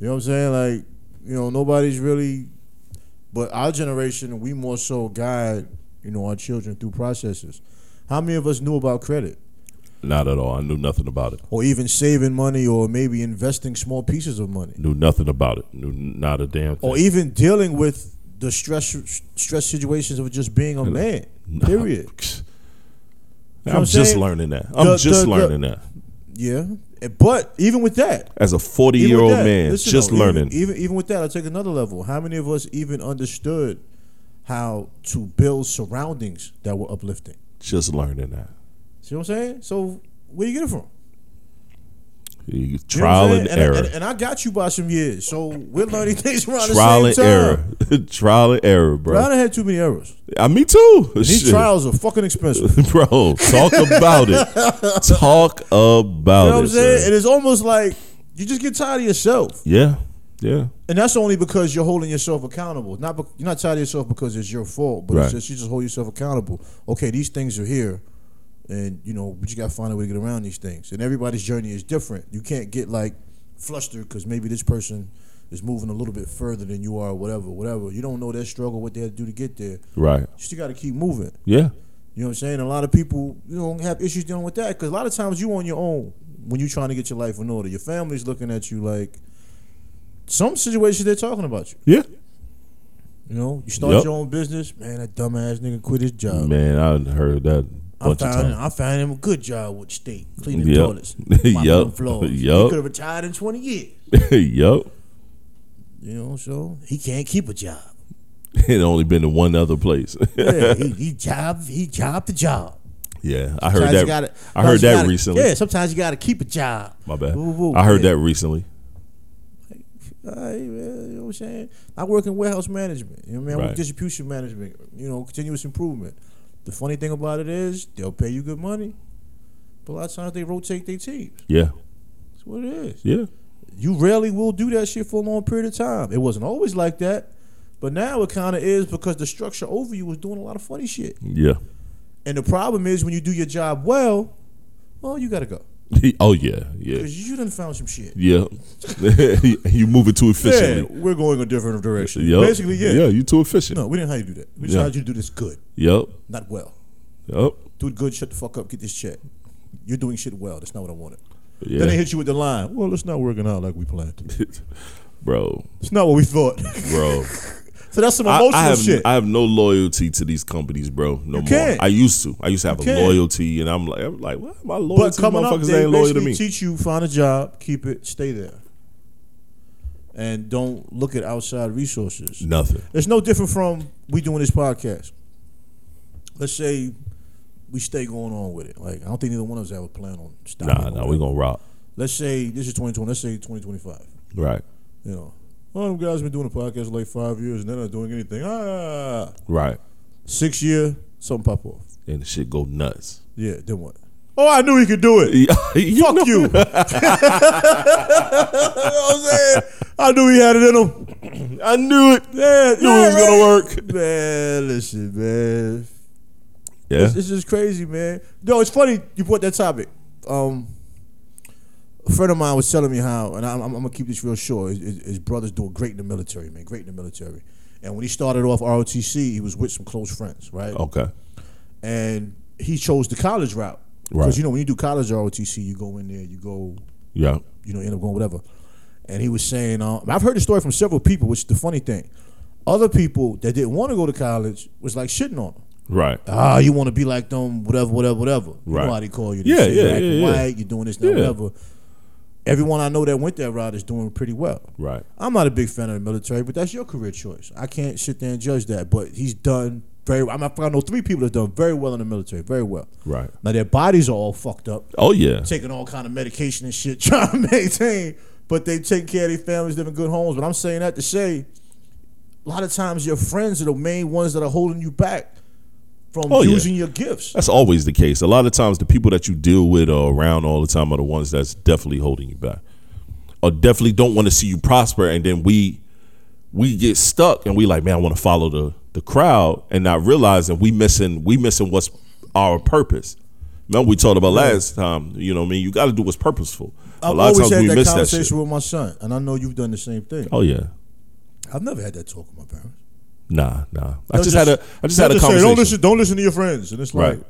C: You know what I'm saying? Like, you know, nobody's really but our generation, we more so guide, you know, our children through processes. How many of us knew about credit?
B: Not at all. I knew nothing about it.
C: Or even saving money or maybe investing small pieces of money?
B: Knew nothing about it. Knew not a damn thing.
C: Or even dealing with the stress stress situations of just being a man. Period.
B: I'm,
C: what I'm
B: just
C: saying?
B: learning that. I'm
C: The-
B: just
C: the- the-
B: learning that.
C: Yeah. But even with that,
B: As a 40
C: Even
B: year
C: with
B: old
C: that,
B: man,
C: listen
B: just
C: though, even-
B: learning.
C: Even, even with that, I'll take another level. How many of us even understood how to build surroundings that were uplifting?
B: just learning that.
C: See what I'm saying? So where you get it from?
B: You-
C: You know what I'm
B: Trial
C: saying?
B: and
C: I-
B: error.
C: and, and I got you by some years, so we're learning *laughs* things around
B: Trial
C: the
B: and
C: same time.
B: error. *laughs* Trial and error, bro.
C: But I done had too many errors.
B: Uh,
C: *laughs*
B: me too.
C: These
B: Shit.
C: trials are fucking expensive.
B: *laughs* bro. Talk about
C: *laughs*
B: it. Talk about
C: You know what I'm
B: it.
C: saying?
B: son.
C: And it's almost like you just get tired of yourself,
B: yeah, yeah.
C: and that's only because you're holding yourself accountable. Not bec you're not tired of yourself because it's your fault, but
B: Right.
C: it's just you just hold yourself accountable. Okay, these things are here, and you know but you got to find a way to get around these things. And everybody's journey is different. You can't get like flustered because maybe this person is moving a little bit further than you are, whatever, whatever. You don't know their struggle, what they had to do to get there.
B: Right.
C: You still got to keep moving.
B: Yeah.
C: You know what I'm saying? A lot of people, you know, have issues dealing with that because a lot of times you on your own when you're trying to get your life in order. Your family's looking at you like some situations they're talking about you.
B: Yeah.
C: You know, you start
B: Yup.
C: your own business, man. That dumbass nigga quit his job.
B: Man, I heard that a
C: Um, I
B: bunch of
C: found,
B: times.
C: I found him a good job with the state, cleaning
B: Yup. *laughs*
C: toilets,
B: Yup.
C: mopping
B: *laughs*
C: floors. He
B: Yup.
C: could have retired in twenty years.
B: *laughs* yep.
C: You know, so he can't keep a job.
B: *laughs* It only been to one other place.
C: Yeah, he, he job, he job the job.
B: *laughs* yeah, I heard
C: Sometimes
B: that.
C: you gotta-
B: I heard
C: sometimes you
B: that
C: gotta-
B: recently.
C: Yeah, sometimes you got to keep a job.
B: My bad.
C: Woo, woo,
B: I heard
C: yeah.
B: that recently.
C: All right, man, you know what I'm saying? I work in warehouse management. You know what I mean? I work
B: Right.
C: distribution management. You know, continuous improvement. The funny thing about it is they'll pay you good money, but a lot of times they rotate their teams.
B: Yeah.
C: That's what it is.
B: Yeah.
C: You rarely will do that shit for a long period of time. It wasn't always like that, but now it kind of is because the structure over you was doing a lot of funny shit.
B: Yeah.
C: And the problem is when you do your job well, well, you gotta go
B: oh yeah. Yeah.
C: because you done found some shit.
B: Yeah. *laughs* you move it too
C: Yeah,
B: efficiently.
C: we're going a different direction.
B: Yup.
C: Basically, yeah.
B: Yeah, you too efficient.
C: No, we didn't how you do that. We just
B: Yeah.
C: how you to do this good,
B: Yep.
C: not well.
B: Yep.
C: Do it good, shut the fuck up, get this check. You're doing shit well. That's not what I wanted.
B: Yeah.
C: Then they hit you with the line. Well, it's not working out like we planned.
B: *laughs* bro,
C: It's not what we thought. *laughs*
B: bro.
C: so that's some
B: I,
C: emotional
B: I have
C: shit.
B: I have no loyalty to these companies, bro. No more.
C: can't.
B: I used to. I used to have a
C: can't.
B: loyalty, and I'm like, I'm like, what? My
C: but
B: loyalty
C: coming up,
B: motherfuckers
C: they
B: ain't loyal to
C: basically
B: me.
C: teach you find a job, keep it, stay there, and don't look at outside resources.
B: Nothing.
C: It's no different from we doing this podcast. Let's say we stay going on with it. Like I don't think neither one of us have a plan on stopping.
B: Nah,
C: or
B: nah,
C: whatever.
B: we gonna rock.
C: Let's say this is 2020. Let's say 2025.
B: Right,
C: You know, oh, you guys been doing a podcast for like five years and they're not doing anything. Ah,
B: right,
C: six year, something pop off.
B: and the shit go nuts.
C: Yeah, then what? *laughs* Oh, I knew he could do it.
B: *laughs* you
C: Fuck
B: know-
C: you. you know what I'm saying? I knew he had it in him. *clears throat*
B: I knew it.
C: Yeah,
B: Knew it was gonna work.
C: Man, listen, man.
B: Yeah,
C: It's, it's just crazy, man. No, it's funny you brought that topic. Um, a friend of mine was telling me how, and I'm, I'm gonna keep this real short. His, his- his brother's doing great in the military, man. Great in the military. And when he started off ROTC, he was with some close friends, right?
B: okay.
C: And he chose the college route because
B: Right.
C: you know when you do college ROTC, you go in there, you go,
B: Yeah,
C: you know, end up going whatever. And he was saying, uh, I've heard the story from several people, which is the funny thing. Other people that didn't want to go to college was like shitting on him
B: right.
C: ah, you want to be like them, whatever, whatever, whatever. You
B: Right.
C: know how they call you. They
B: Yeah,
C: say
B: yeah,
C: you're acting
B: yeah, yeah.
C: white, you're doing this, that,
B: Yeah.
C: whatever. Everyone I know that went that route is doing pretty well.
B: Right.
C: I'm not a big fan of the military, but that's your career choice. I can't sit there and judge that. But he's done very. I'm not. I know three people that's done very well in the military, very well.
B: Right.
C: Now their bodies are all fucked up,
B: Oh
C: *laughs*
B: yeah,
C: taking all kind of medication and shit, trying to maintain. but they take care of their families, live in good homes. But I'm saying that to say, a lot of times your friends are the main ones that are holding you back from
B: Oh, yeah.
C: using your gifts.
B: That's always the case. A lot of times, the people that you deal with or around all the time are the ones that's definitely holding you back, or definitely don't want to see you prosper. And then we we get stuck, and we like, man, I want to follow the the crowd, and not realizing we missing we missing what's our purpose. Remember we talked about last time. You know, what I mean, you got to do what's purposeful. A
C: I've
B: lot of
C: always
B: times
C: had
B: we
C: that
B: miss that shit.
C: conversation with my son, and I know you've done the same thing.
B: Oh yeah,
C: I've never had that talk with my parents.
B: nah, nah. I
C: They'll
B: just, had a I just had
C: they'll
B: a
C: say,
B: conversation.
C: don't listen, don't listen to your friends, and it's like,
B: Right.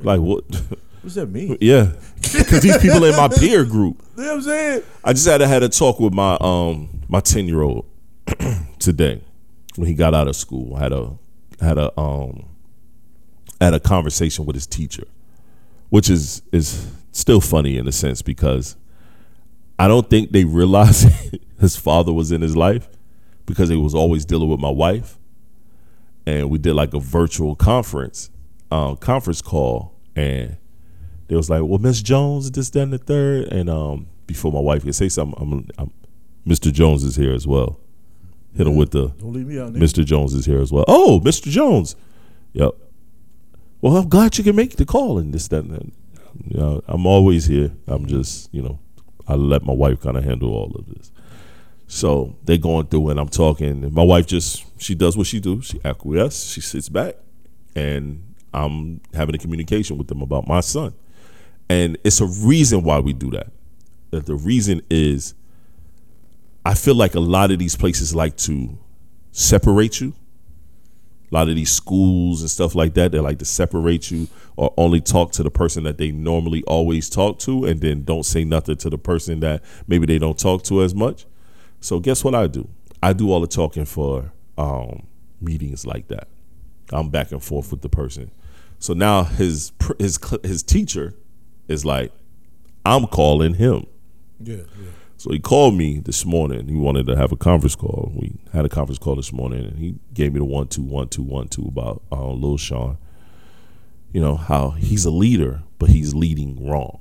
B: Like what? *laughs*
C: what's that mean? You
B: yeah, because these people in my peer group.
C: know what I'm saying?
B: I just had to had a talk with my um my ten year old *clears throat* today when he got out of school. I had a had a um had a conversation with his teacher, which is is still funny in a sense because I don't think they realized *laughs* his father was in his life because he was always dealing with my wife, and we did like a virtual conference um, conference call and they was like, "Well, Miss Jones, this, that, and the third. And um, before my wife could say something, I'm, I'm, Mr. Jones is here as well. Hit him with the
C: Don't leave me out, nigga.
B: Mr. Jones is here as well. Oh, Mr. Jones. Yep. Well, I'm glad you can make the call and this, that, and that. You know, I'm always here. I'm just, you know, I let my wife kind of handle all of this. So they going through and I'm talking. And my wife just, she does what she do. She acquiesces. She sits back and I'm having a communication with them about my son. And it's a reason why we do that. That the reason is I feel like a lot of these places like to separate you. A lot of these schools and stuff like that, they like to separate you or only talk to the person that they normally always talk to and then don't say nothing to the person that maybe they don't talk to as much. So guess what I do? I do all the talking for um, meetings like that. I'm back and forth with the person. So now his pr- his cl- his teacher is like, I'm calling him.
C: Yeah, yeah.
B: So he called me this morning. He wanted to have a conference call. We had a conference call this morning, and he gave me the one two one two one two about uh, Lil Sean. You know how he's a leader, but he's leading wrong.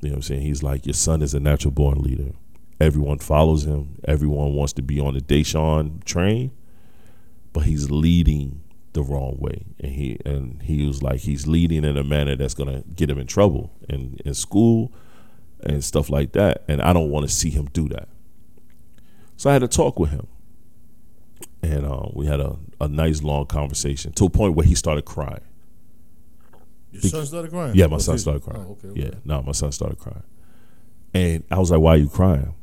B: You know what I'm saying? He's like your son is a natural born leader. Everyone follows him. Everyone wants to be on the Deshaun train, but he's leading the wrong way. And he and he was like he's leading in a manner that's gonna get him in trouble in, in school and stuff like that. And I don't want to see him do that. So I had to talk with him. And uh, we had a, a nice long conversation to a point where he started crying.
C: Your son started crying.
B: Yeah, my
C: Oh,
B: son
C: did-
B: started crying.
C: Oh, okay,
B: Yeah, no, my son started crying. And I was like, why are you crying?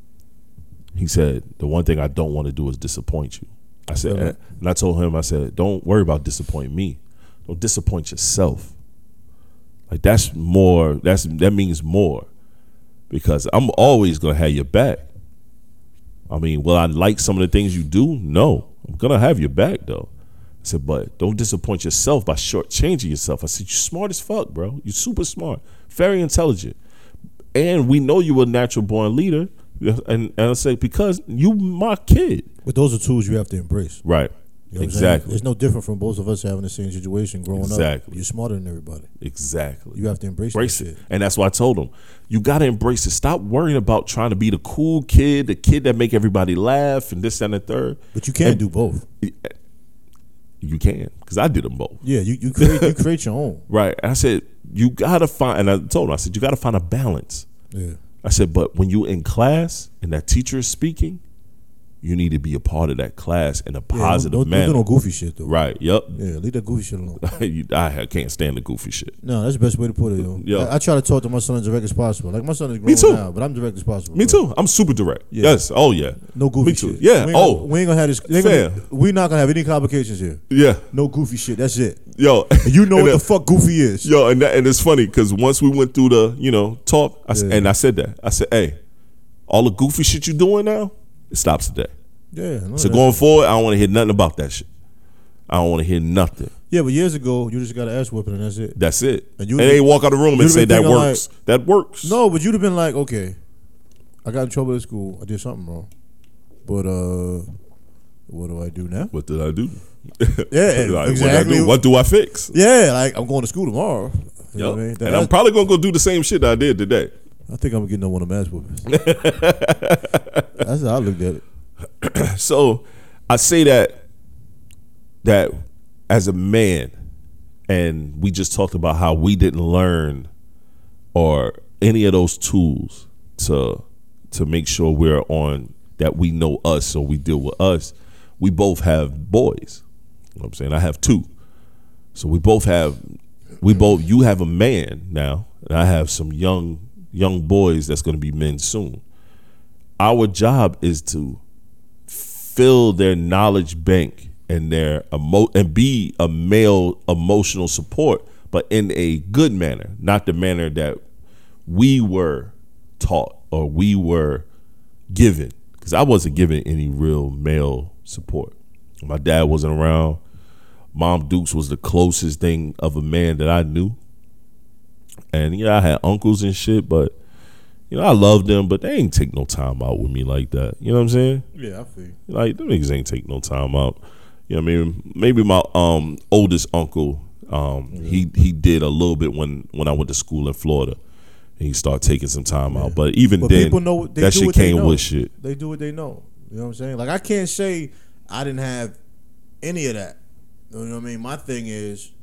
B: He said, the one thing I don't want to do is disappoint you. I said,
C: Yeah.
B: and I told him, I said, don't worry about disappointing me. Don't disappoint yourself. Like that's more, that's that means more. Because I'm always gonna have your back. I mean, will I like some of the things you do? No. I'm gonna have your back though. I said, but don't disappoint yourself by shortchanging yourself. I said, you're smart as fuck, bro. You're super smart, very intelligent, and we know you were a natural born leader. And, and I said, because you my kid,
C: But those are tools you have to embrace.
B: right?
C: You know what I'm saying?
B: exactly,
C: It's no different from both of us having the same situation growing up.
B: Exactly.
C: You're smarter than everybody.
B: exactly.
C: You have to embrace,
B: embrace
C: that
B: it.
C: shit.
B: And that's why I told him, you gotta embrace it. Stop worrying about trying to be the cool kid, the kid that make everybody laugh, and this that, and the third.
C: But you can do both.
B: You can, because I did them both.
C: Yeah, you, you create you create your
B: *laughs*
C: own.
B: Right. And I said, you gotta find and I told him, I said, you gotta find a balance.
C: Yeah.
B: I said, but when you in class and that teacher is speaking, you need to be a part of that class in a
C: Yeah, don't-
B: positive
C: don't, Don't
B: manner.
C: do no goofy shit though.
B: right. Yep.
C: Yeah, leave that goofy shit
B: *laughs*
C: alone.
B: You- *laughs* I can't stand the goofy shit.
C: No, that's the best way to put it, yo.
B: Yeah.
C: I, I try to talk to my son as direct as possible. Like my son is grown
B: too.
C: now, but I'm direct as possible.
B: Me
C: bro.
B: too. I'm super direct.
C: Yeah.
B: Yes. Oh yeah.
C: No goofy
B: Me too.
C: shit.
B: Yeah.
C: We ain't
B: oh.
C: gonna, we ain't gonna have this. they ain't
B: Fair.
C: Gonna, we're not gonna have any complications here.
B: yeah.
C: No goofy shit. That's it.
B: Yo. *laughs*
C: And you know
B: And
C: what
B: that-
C: the fuck goofy is.
B: Yo, and that, and it's funny because once we went through the you know talk, I s
C: Yeah.
B: and I said that I said, hey, all the goofy shit you doing now, it stops today.
C: Yeah. I know
B: So
C: that.
B: going forward, I don't want to hear nothing about that shit. I don't want to hear nothing.
C: Yeah, but years ago, you just got an ass whooping and that's it.
B: That's it.
C: And
B: And,
C: you-
B: they walk out of the room
C: you'd
B: and say
C: been
B: that
C: thinking
B: works. that works.
C: No, but you'd have been like, okay, I got in trouble at school. I did something wrong. But uh, what do I do now?
B: What did I do?
C: Yeah,
B: *laughs* Like,
C: exactly.
B: What, I do? What do I fix?
C: Yeah, like I'm going to school tomorrow. You know what I mean?
B: and I'm probably gonna go do the same shit that I did today.
C: I think I'm getting one of Matt's
B: *laughs*
C: whoopings. That's how I looked at it.
B: So I say that that as a man, and we just talked about how we didn't learn or any of those tools to to make sure we're on that we know us or we deal with us. We both have boys. You know what I'm saying I have two. So we both have we both you have a man now, and I have some young young boys that's gonna be men soon. Our job is to fill their knowledge bank and their emo- and be a male emotional support, but in a good manner, not the manner that we were taught or we were given. Because I wasn't given any real male support. My dad wasn't around. Mom Dukes was the closest thing of a man that I knew. And you know, I had uncles and shit, but you know, I loved them, but they ain't take no time out with me like that. You know what I'm saying?
C: Yeah, I feel.
B: Like them niggas ain't take no time out. You know what I mean? Maybe my um oldest uncle, um, he he did a little bit when when I went to school in Florida. And he started taking some time out. But even
C: But
B: then
C: people know what- they
B: that
C: do
B: shit
C: what they
B: came
C: know.
B: with shit.
C: They do what they know. You know what I'm saying? Like I can't say I didn't have any of that. You know what I mean? My thing is,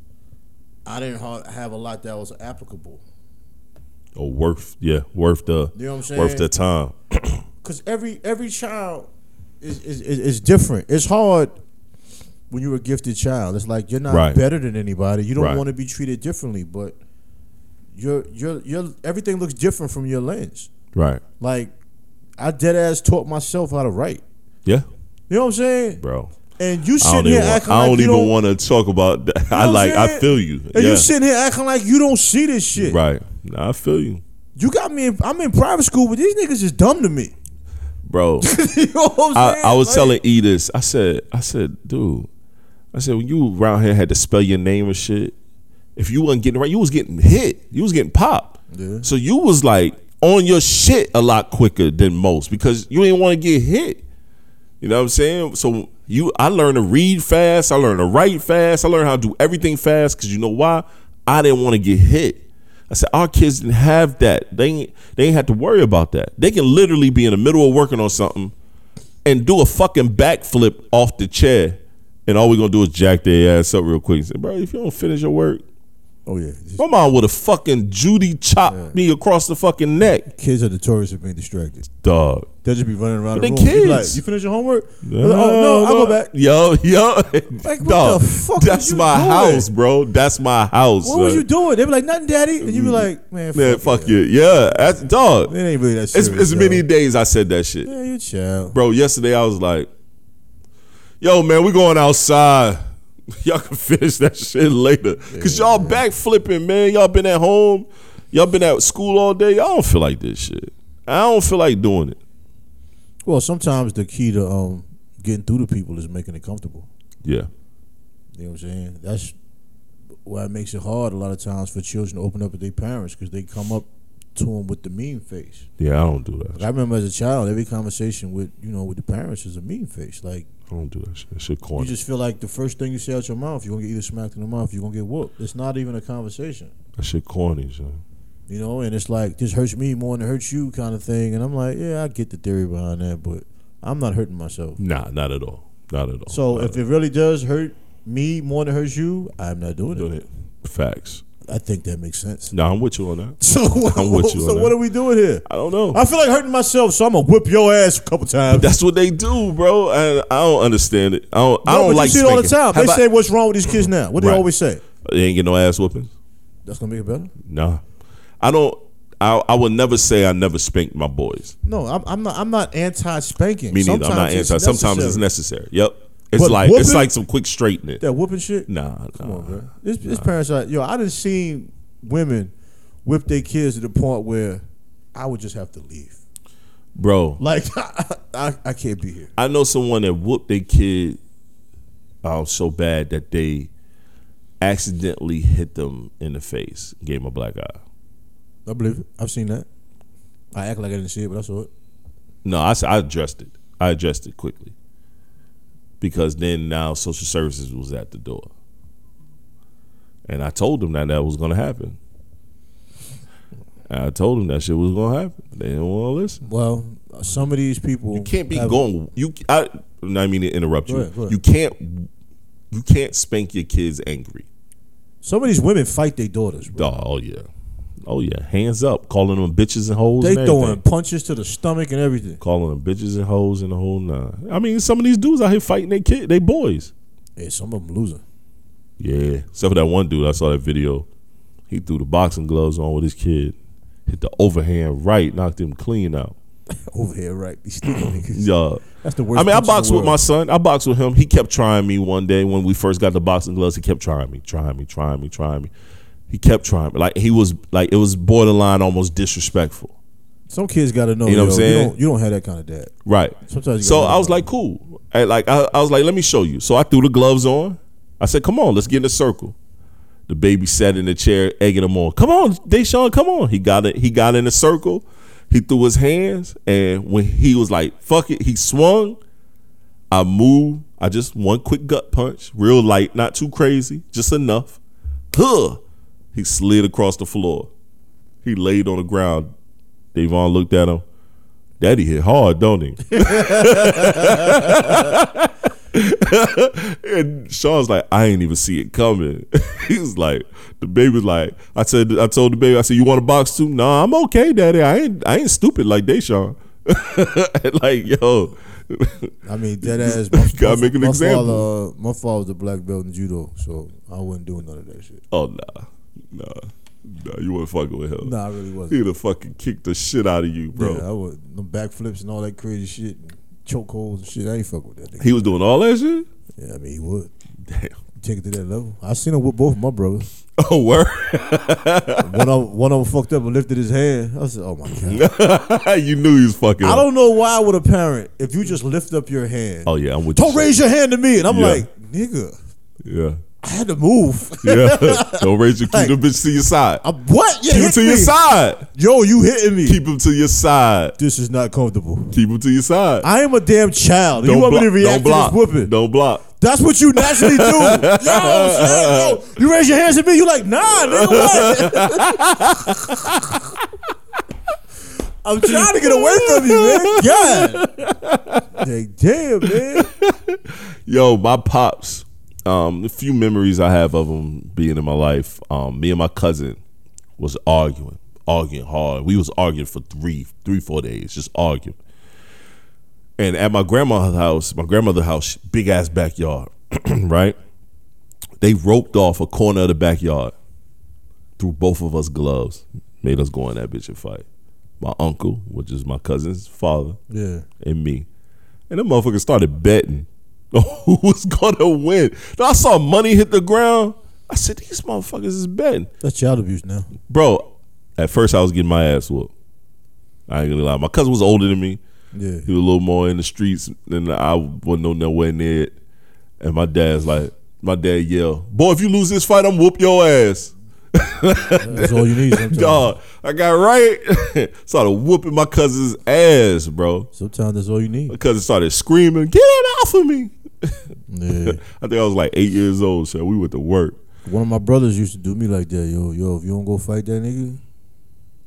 C: I didn't ha- have a lot that was applicable.
B: Or Oh, worth yeah, worth the
C: You know what I'm
B: worth
C: saying?
B: the time.
C: because every every child is, is, is, is different. It's hard when you're a gifted child. It's like you're not
B: Right.
C: better than anybody. You don't
B: Right.
C: want to be treated differently, but your your your everything looks different from your lens.
B: Right.
C: Like I dead ass taught myself how to write.
B: Yeah,
C: You know what I'm saying?
B: bro.
C: And you
B: I
C: sitting
B: don't
C: here
B: even, want,
C: acting
B: I
C: like
B: don't
C: you
B: even
C: don't.
B: want to talk about that. *laughs*
C: you
B: I
C: know what I'm
B: like I
C: saying?
B: feel you.
C: And
B: yeah.
C: you sitting here acting like you don't see this shit.
B: right. Nah, I feel you.
C: You got me. In, I'm in private school, but these niggas is dumb to me. *laughs*
B: Bro.
C: you know what I'm
B: I,
C: saying?
B: I was
C: Like-
B: telling E this. I said, I said, dude, I said when you around here had to spell your name and shit. If you wasn't getting right, you was getting hit. You was getting popped.
C: Yeah.
B: So you was like on your shit a lot quicker than most because you didn't want to get hit. You know what I'm saying? So you, I learned to read fast. I learned to write fast. I learned how to do everything fast because you know why? I didn't want to get hit. I said our kids didn't have that. They ain't, they ain't had to worry about that. They can literally be in the middle of working on something and do a fucking backflip off the chair, and all we're gonna do is jack their ass up real quick. And say, bro, if you don't finish your work,
C: Oh yeah,
B: my mom would have fucking Judy chopped me across the fucking neck,
C: kids are notorious for being distracted.
B: dog.
C: They'll just be running around
B: But
C: the
B: they
C: room. You be
B: kids.
C: Like, you finish your homework? oh no, I'll go back.
B: Yo, yo,
C: Like, what
B: dog,
C: the fuck
B: That's
C: was you
B: my
C: doing?
B: house, bro. That's my house.
C: What was
B: son.
C: you doing? They'd be like, nothing, daddy. And you'd be like, man, fuck,
B: Man, fuck you. Yeah, that's dog.
C: It ain't really that
B: It's,
C: serious.
B: it's
C: though.
B: many days I said that shit.
C: Yeah, you chill.
B: bro. Yesterday I was like, "Yo, man, we going outside. *laughs* Y'all can finish that shit later, cause y'all back flipping, man. Y'all been at home, y'all been at school all day. Y'all don't feel like this shit. I don't feel like doing it.
C: Well, sometimes the key to um getting through to people is making it comfortable.
B: Yeah,
C: You know what I'm saying? That's why it makes it hard a lot of times for children to open up to their parents because they come up to them with the mean face.
B: yeah, I don't do that.
C: Like, I remember as a child, every conversation with you know with the parents is a mean face. Like
B: I don't do that shit. That shit
C: you
B: corny.
C: just feel like the first thing you say out your mouth, you're gonna get either smacked in the mouth, you're gonna get whooped. It's not even a conversation.
B: that shit corny, son.
C: you know, and it's like this hurts me more than it hurts you kind of thing. And I'm like, yeah, I get the theory behind that, but I'm not hurting myself.
B: Nah, not at all. Not at all.
C: So
B: Not
C: if it really does hurt me more than it hurts you, I'm not doing,
B: at all.
C: it.
B: doing it, facts.
C: I think that makes sense.
B: Nah, I'm with you on
C: *laughs*
B: that.
C: So,
B: I'm with
C: *laughs*
B: you
C: so
B: on that.
C: what are we doing here?
B: I don't know.
C: I feel like hurting myself, so I'm gonna whip your ass a couple times.
B: *laughs* That's what they do, bro. And I don't understand it. I don't. I
C: No,
B: don't
C: but
B: like.
C: you see it all the
B: spanking.
C: time.
B: Have
C: They
B: I-
C: say, "What's wrong with these kids now?" What do
B: Right.
C: they always say?
B: they ain't get no ass whooping.
C: That's gonna make it better.
B: Nah, I don't. I I would never say I never spanked my boys.
C: No, I'm, I'm not. I'm not anti spanking.
B: Me neither. I'm not anti. Sometimes it's necessary. Yep. It's
C: But
B: like it's
C: whooping-
B: like some quick straightening.
C: that whooping shit.
B: Nah, nah.
C: His, his parents are yo. I done seen women whip their kids to the point where I would just have to leave.
B: bro.
C: Like *laughs* I, I, I can't be here.
B: I know someone that whooped their kid um, so bad that they accidentally hit them in the face, gave them a black eye.
C: I believe it. I've seen that. I act like I didn't see it, but I saw it.
B: No, I, s- I addressed it. I addressed it quickly because then now social services was at the door, and I told them that that was going to happen. I told them that shit was gonna happen. They didn't want to listen.
C: Well, some of these people
B: You can't be
C: have-
B: going. You, I, I mean to interrupt you.
C: Go ahead, go ahead.
B: You can't, you can't spank your kids angry.
C: Some of these women fight their daughters. Bro.
B: Oh, oh, yeah, oh yeah. Hands up, calling them bitches and hoes.
C: They
B: and everything.
C: throwing punches to the stomach and everything.
B: calling them bitches and hoes and the whole nine. I mean, some of these dudes out here fighting their kid, they boys.
C: Yeah, some of them losing.
B: Yeah, except for that one dude. I saw that video. He threw the boxing gloves on with his kid, hit the overhand right, knocked him clean out.
C: Over here, right? These
B: *clears throat*
C: stupid niggas.
B: Yeah.
C: That's the worst
B: I mean,
C: punch
B: I
C: in the
B: boxed with
C: world.
B: my son. I boxed with him. He kept trying me one day when we first got the boxing gloves. He kept trying me, trying me, trying me, trying me. He kept trying me. Like he was like it was borderline almost disrespectful.
C: Some kids got to know.
B: You
C: yo,
B: know what I'm saying?
C: You don't, you don't have that kind of dad.
B: Right.
C: Sometimes you
B: so
C: gotta-
B: I was like, cool. I, like I, I was like, let me show you. So I threw the gloves on. I said, come on, let's get in a circle. The baby sat in the chair, egging him on. Come on, Deshaun, come on. He got it. He got in a circle. He threw his hands, and when he was like, fuck it, he swung. I moved. I just one quick gut punch, real light, not too crazy, just enough. Huh. He slid across the floor. He laid on the ground. Davon looked at him. Daddy hit hard, don't he? *laughs* and Sean's like, I ain't even see it coming. *laughs* he was like, the baby was like, I said, I told the baby, I said, you want to box too? Nah, I'm okay, daddy. I ain't, I ain't stupid like *laughs* Deshaun. like, yo, *laughs*
C: I mean, dead ass. My,
B: Gotta
C: my-
B: make an
C: my
B: example.
C: Father, uh, my father was a black belt in judo, so I wasn't doing none of that shit.
B: oh nah, nah, nah, you weren't fucking with him.
C: Nah, I really wasn't.
B: He'd have fucking kicked the shit out of you, bro.
C: Yeah, I was the backflips and all that crazy shit, and chokeholds and shit. I ain't fuck with that nigga.
B: He was doing all that shit. *laughs*
C: yeah, I mean, he would
B: Damn.
C: take it to that level. I seen him with both of my
B: *laughs*
C: brothers.
B: Oh, word.
C: one of one of them fucked up and lifted his hand. I said, "Oh my god."
B: you knew he was fucking.
C: I
B: up.
C: don't know why with a parent if you just lift up your hand.
B: Oh yeah, I'm with.
C: Don't
B: you.
C: raise your hand to me, and I'm
B: Yeah.
C: like, nigga,
B: Yeah,
C: I had to
B: *laughs*
C: move.
B: yeah. don't raise your keep
C: Like-
B: the bitch to your side.
C: I'm, what? You
B: Keep him
C: hit
B: to
C: me.
B: your side.
C: Yo, you hitting me?
B: Keep him to your side.
C: this is not comfortable.
B: Keep him to your side.
C: I am a damn child. you want me to
B: block-
C: react
B: block.
C: to this whooping?
B: Don't block.
C: That's what you naturally
B: *laughs*
C: do. yo, yo, you raise your hands at me. You like, nah, nigga, what? *laughs* I'm trying to get away from you, man. God, like, damn, man.
B: Yo, my pops. Um, a few memories I have of him being in my life. Um, me and my cousin was arguing, arguing hard. We was arguing for three, three, four days, just arguing. And at my grandma's house, my grandmother's house, big ass backyard, *clears throat* right? They roped off a corner of the backyard, threw both of us gloves, made us go in that bitch and fight. My uncle, which is my cousin's father,
C: Yeah.
B: and me. And them motherfuckers started betting *laughs* on who was gonna win. Then I saw money hit the ground. I said, these motherfuckers is betting.
C: That's child abuse now.
B: Bro, at first I was getting my ass whooped. I ain't gonna lie. My cousin was older than me.
C: Yeah.
B: He was a little more in the streets than I wasn't no nowhere near it. And my dad's like, my dad yelled, Boy, if you lose this fight, I'm whoop your ass.
C: That's all you need sometimes.
B: *laughs* Dog, I got right. *laughs* started whooping my cousin's ass, bro.
C: Sometimes that's all you
B: My
C: need.
B: cousin started screaming, Get it off of me.
C: Yeah.
B: I think I was like eight years old, so we went to work.
C: One of my brothers used to do me like that. Yo, yo, if you don't go fight that nigga,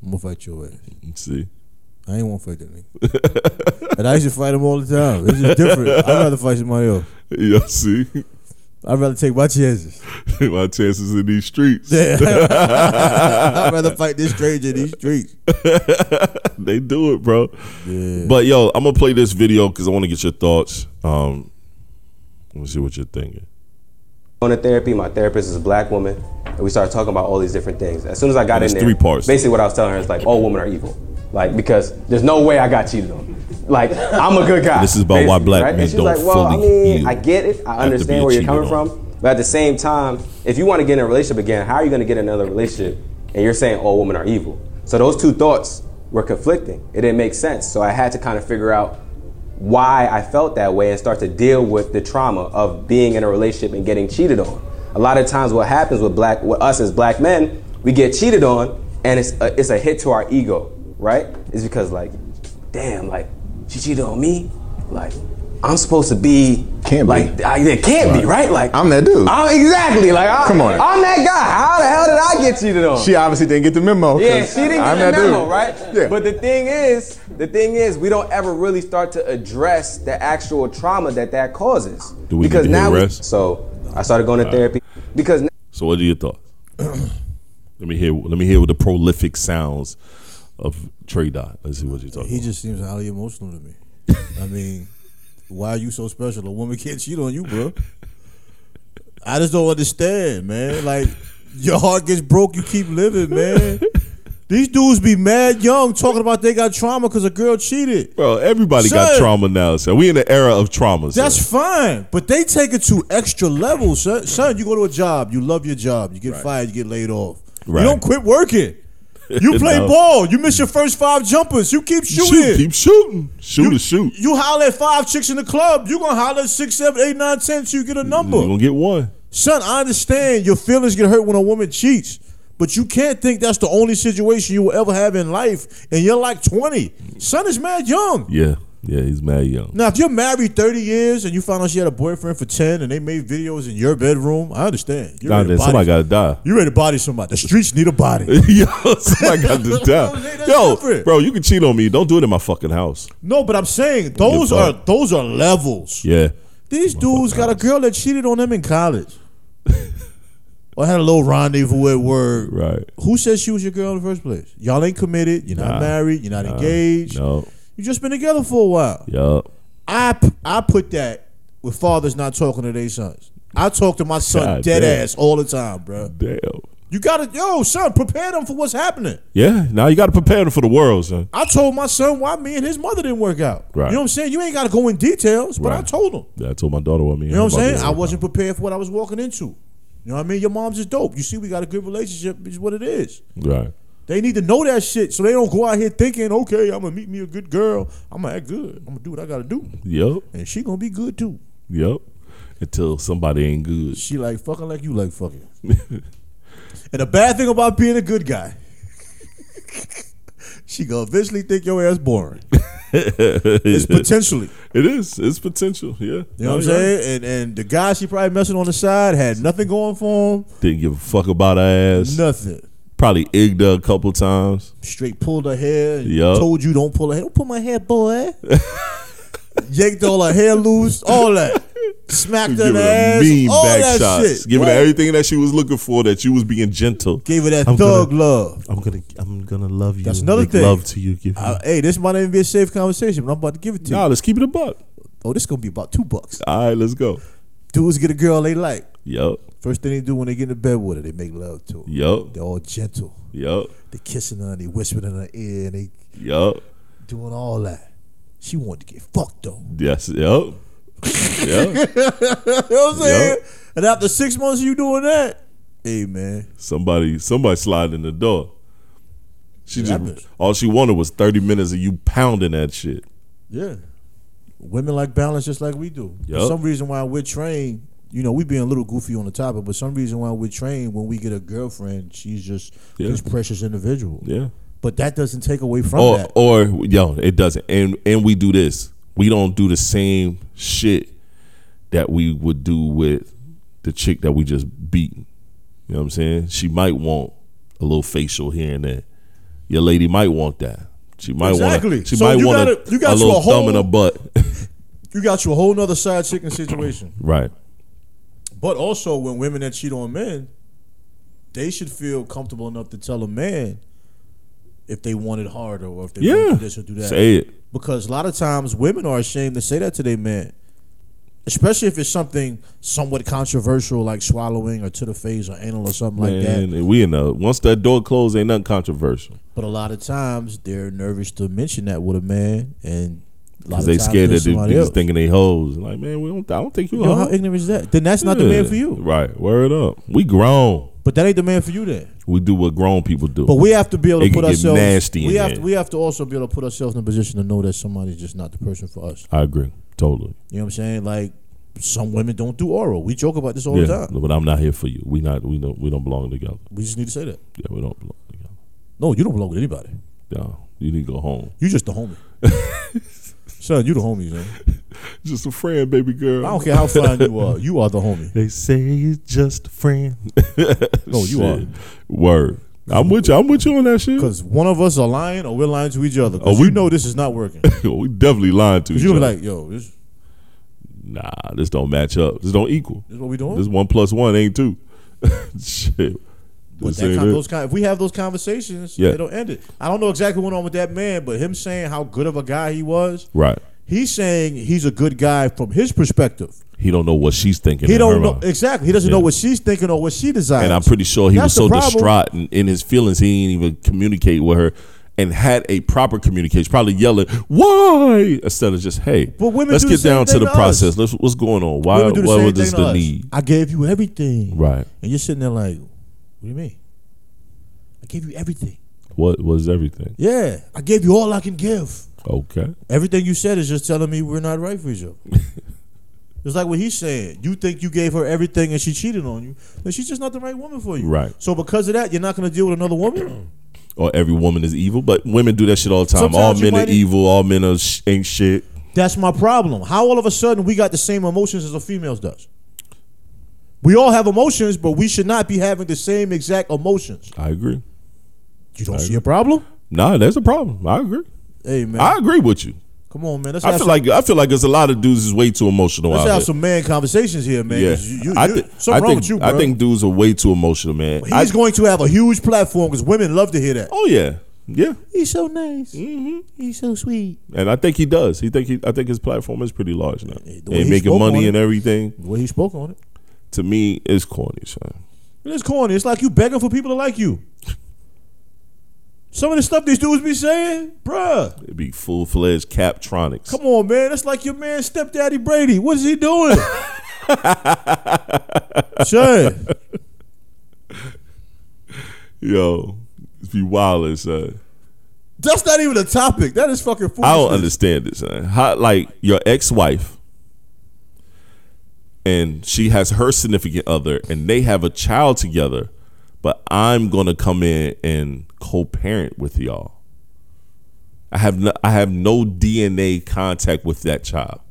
C: I'm gonna fight your ass.
B: See, *laughs*
C: I ain't want to fight that nigga. and I used to fight him all the time. It's just different. I'd rather fight somebody else.
B: yeah, see *laughs*
C: I'd rather take my chances. *laughs*
B: my chances in these streets.
C: Yeah. I'd rather fight this stranger in these streets.
B: they do it, bro. But yo, I'm gonna play this video because I want to get your thoughts. Um, let me see what you're thinking.
F: going to therapy. My therapist is a black woman, and we started talking about all these different things. As soon as I got
B: There's
F: in there,
B: three parts.
F: basically what I was telling her is like, all women are evil, like because there's no way I got cheated on. Like I'm a good guy.
B: This is about why
F: basically,
B: black
F: right?
B: men
F: and she's
B: don't
F: like, well, I
B: fully
F: mean,
B: heal
F: I get it.
B: after
F: I
B: being
F: understand where you're coming
B: cheated on.
F: from. But at the same time, if you want to get in a relationship again, how are you going to get in another relationship and you're saying all women are evil? So those two thoughts were conflicting. It didn't make sense. So I had to kind of figure out why I felt that way and start to deal with the trauma of being in a relationship and getting cheated on. A lot of times what happens with black with us as black men, we get cheated on and it's a, it's a hit to our ego, right? It's because like damn, like she cheated on me. Like I'm supposed to be
G: Can't be.
F: Like I, it can't be right. Like
G: I'm that dude.
F: I'm Oh, exactly like I,
G: Come on.
F: I'm that guy. How the hell did I get cheated on?
G: She obviously didn't get the memo.
F: Yeah,
G: 'cause
F: she didn't
G: I'm
F: get
G: that
F: the memo,
G: dude.
F: right?
G: Yeah.
F: But the thing is, the thing is, we don't ever really start to address the actual trauma that that causes.
B: Do we need to get Uh,
F: now, we-
B: rest?
F: so I started going to therapy because now,
B: So what are
C: *clears throat*
B: your thoughts? let me hear. Let me hear the prolific sounds of Trey Dot. Let's see what you're talking.
C: He
B: about.
C: just seems highly emotional to me. I mean, why are you so special? A woman can't cheat on you, bro. I just don't understand, man. Like your heart gets broke, you keep living, man. These dudes be mad young talking about they got trauma because a girl cheated.
B: Bro, everybody got
C: Son.
B: trauma now. So we in the era of traumas.
C: That's fine, but they take it to extra levels, son. Son, you go to a job, you love your job, you get fired, you get laid off.
B: Right.
C: You don't quit working.
B: *laughs*
C: You play
B: No.
C: ball. You miss your first five jumpers. You keep shooting.
B: shoot, keep shooting, shoot
C: you,
B: or shoot.
C: You holler at five chicks in the club, you gonna holler at six, seven, eight, nine, ten till you get a number.
B: You're gonna get one.
C: Son, I understand your feelings get hurt when a woman cheats, but you can't think that's the only situation you will ever have in life, and you're like 20. Son is mad young.
B: Yeah, yeah, he's mad young.
C: Now, if you're married 30 years and you found out she had a boyfriend for 10 and they made videos in your bedroom, I understand. You're
B: Nah,
C: ready
B: then
C: to body,
B: somebody gotta die.
C: you ready to body somebody. The streets need a body.
B: *laughs* Yo, somebody
C: *laughs*
B: got to die.
C: That's
B: Yo,
C: different.
B: bro, you can cheat on me. Don't do it in my fucking house.
C: No, but I'm saying those are those are levels.
B: Yeah.
C: These dudes got a girl that cheated on them in
B: *laughs*
C: college. or had a little rendezvous at work.
B: Right.
C: Who said she was your girl in the first place? Y'all ain't committed. You're not married. You're not engaged.
B: No.
C: You just been together for a while.
B: Yup.
C: I p- I put that with fathers not talking to their sons. I talk to my son
B: God
C: dead
B: damn.
C: ass all the time, bro.
B: Damn.
C: You gotta, yo, son, prepare them for what's happening.
B: Yeah. Now you gotta prepare them for the world, son.
C: I told my son why me and his mother didn't work out.
B: Right.
C: You know what I'm saying? You ain't gotta go in details, but I
B: Right.
C: told him.
B: Yeah, I told my daughter what I mean.
C: You know what I'm saying? I wasn't prepared for what I was walking into. You know what I mean? Your mom's is dope. You see, we got a good relationship, is what it is.
B: Right.
C: They need to know that shit so they don't go out here thinking, okay, I'm gonna meet me a good girl. I'm gonna act good. I'm gonna do what I gotta do.
B: Yup.
C: And she gonna be good too.
B: Yup. Until somebody ain't good.
C: She like fucking like you *laughs* like fucking. and the bad thing about being a good guy, *laughs* she gonna eventually think your ass
B: *laughs*
C: boring. it's potentially.
B: It is. It's potential. Yeah.
C: You know what I'm saying? And and the guy she probably messing on the side had nothing going for him.
B: Didn't give a fuck about her ass.
C: Nothing.
B: Probably egged her a couple times.
C: straight pulled her hair. and
B: Yup.
C: Told you don't pull her hair. Don't pull my hair,
B: *laughs*
C: boy. Yanked all her hair loose. All
B: *laughs*
C: that. Smacked her in
B: Giving
C: the
B: her
C: ass.
B: mean
C: all
B: back
C: that
B: shots.
C: shit.
B: Giving
C: Right.
B: her everything that she was looking for. That you was being gentle.
C: Gave her that
B: I'm
C: thug
B: gonna-
C: love.
B: I'm gonna I'm gonna love you.
C: That's another
B: make
C: thing.
B: Love to you. Give
C: Uh, hey, this might not even be a safe conversation, but I'm about to give it to
B: nah,
C: you.
B: let's keep it a buck.
C: Oh, this gonna be about two bucks.
B: All right, let's go.
C: Dudes get a girl they like.
B: Yup.
C: First thing they do when they get into bed with her, they make love to her.
B: Yup.
C: They're all gentle.
B: Yup.
C: They kissing her and they whispering in her ear and they
B: Yup.
C: doing all that. She wanted to get fucked though.
B: Yes. Yup. yeah.
C: You know what I'm saying?
B: Yup.
C: And after six months of you doing that, hey man,
B: Somebody somebody slide in the door. She
C: happens.
B: just all she wanted was 30 minutes of you pounding that shit.
C: Yeah. Women like balance just like we do. For
B: Yup.
C: some reason why we're trained, you know, we being a little goofy on the topic, but some reason why we're trained when we get a girlfriend, she's just
B: Yeah.
C: this precious individual.
B: Yeah.
C: But that doesn't take away from
B: Or
C: that.
B: or yo, it doesn't. And and we do this. We don't do the same shit that we would do with the chick that we just beat. You know what I'm saying? She might want a little facial here and there. Your lady might want that. She might
C: Exactly.
B: want. She
C: So
B: might
C: you
B: want
C: gotta- you
B: a
C: got you
B: little
C: a whole-
B: thumb in her butt. *laughs*
C: You got you a whole nother side chicken situation.
B: right.
C: But also when women that cheat on men, they should feel comfortable enough to tell a man if they want it harder or if they want
B: Yeah.
C: to do this or do that.
B: Say it.
C: Because a lot of times women are ashamed to say that to their man. Especially if it's something somewhat controversial like swallowing or to the face or anal or something like
B: Man,
C: that.
B: and we in the once that door closed, ain't nothing controversial.
C: But a lot of times they're nervous to mention that with a man and a lot of
B: Cause they
C: times
B: scared
C: they're
B: that they
C: somebody
B: niggas
C: else.
B: thinking they hoes. Like, man, we don't. I don't think you. a
C: Yo,
B: hoe.
C: how ignorant is that? Then that's not the
B: Yeah.
C: man for you.
B: Right. Word up. We grown.
C: But that ain't the man for you then.
B: We do what grown people do.
C: But we have to be able to
B: It can
C: put
B: get
C: ourselves
B: nasty in
C: we have
B: there.
C: to, we have to also be able to put ourselves in a position to know that somebody's just not the person for us.
B: I agree totally.
C: You know what I'm saying? Like some women don't do oral. We joke about this all the
B: Yeah,
C: time.
B: but I'm not here for you. We not. We don't. We don't belong together.
C: We just need to say that.
B: Yeah, we don't belong together.
C: No, you don't belong with anybody.
B: No, you need to go home. *laughs*
C: You just the homie. Son, you the homie, son.
B: just a friend, baby girl.
C: I don't care how fine you are. You are the homie.
B: They say it's just a friend.
C: *laughs* No, you are.
B: Word. I'm with you. I'm with you on that shit.
C: Because one of us are lying or we're lying to each other. Because
B: Oh, we-
C: we know this is not
B: *laughs*
C: working.
B: *laughs* we definitely lying to each
C: You're
B: other.
C: gonna be like, yo, this,
B: nah, this don't match up. This don't equal.
C: this what we doing?
B: This one plus one ain't two. *laughs* shit.
C: But
B: This
C: that
B: ain't
C: con-
B: it.
C: those kind, if we have those conversations,
B: Yeah.
C: it'll end it. I don't know exactly what went on with that man, but him saying how good of a guy he was,
B: right.
C: he's saying he's a good guy from his perspective.
B: He don't know what she's thinking.
C: He
B: in her
C: don't know
B: mind.
C: exactly. He doesn't
B: Yeah.
C: know what she's thinking or what she desires.
B: And I'm pretty sure he was
C: That's the
B: so
C: problem.
B: distraught and in his feelings, he didn't even communicate with her and had a proper communication. Probably yelling, "Why?" instead of just, "Hey."
C: But women
B: let's
C: do the
B: get
C: same
B: down to
C: thing
B: the
C: to us.
B: process. Let's, what's going on? Why?
C: Women do the
B: Why
C: same
B: was this
C: thing to
B: the
C: us.
B: need?
C: I gave you everything,
B: Right.
C: And you're sitting there like, what do you mean? I gave you everything.
B: What was everything?
C: Yeah, I gave you all I can give.
B: Okay.
C: Everything you said is just telling me we're not right for each
B: *laughs*
C: other. it's like what he's saying. You think you gave her everything and she cheated on you, then she's just not the right woman for you.
B: Right.
C: So because of that, you're not going to deal with another woman. *clears throat*
B: Or every woman is evil, but women do that shit all the time.
C: Sometimes
B: all
C: you
B: men are
C: might- e-
B: evil. All men are sh- ain't shit.
C: That's my problem. How all of a sudden we got the same emotions as the females does? We all have emotions, but we should not be having the same exact emotions.
B: I agree.
C: You don't see a problem?
B: Nah, there's a problem. I agree.
C: Hey man,
B: I agree with you.
C: come on, man. Let's
B: I
C: have some,
B: feel like I feel like there's a lot of dudes is way too emotional
C: let's
B: out
C: have
B: here.
C: some man conversations here, man.
B: yeah,
C: 'cause You, you,
B: I,
C: you-
B: thi-
C: something
B: I
C: wrong
B: think
C: with you, bro.
B: I think dudes are way too emotional, man.
C: he's
B: I,
C: going to have a huge platform because women love to hear that.
B: oh yeah, yeah. Mm-hmm.
C: He's so nice. He's so sweet.
B: And I think he does. He think he, I think his platform is pretty large now.
C: the way
B: and
C: he
B: making
C: spoke on
B: money
C: it.
B: and everything
C: The way he spoke on it.
B: to me is corny, son.
C: It's corny. It's like you begging for people to like you. Some of the stuff these dudes be saying, bruh.
B: It'd be full fledged Captronics.
C: Come on, man. That's like your man stepdaddy Brady. What is he
B: *laughs*
C: doing? sure.
B: Yo, it'd be wild, son.
C: That's not even a topic. That is fucking foolishness.
B: I don't understand this. Son. How like your ex wife, and she has her significant other, and they have a child together, but I'm gonna come in and co-parent with y'all. I have no, I have no DNA contact with that child.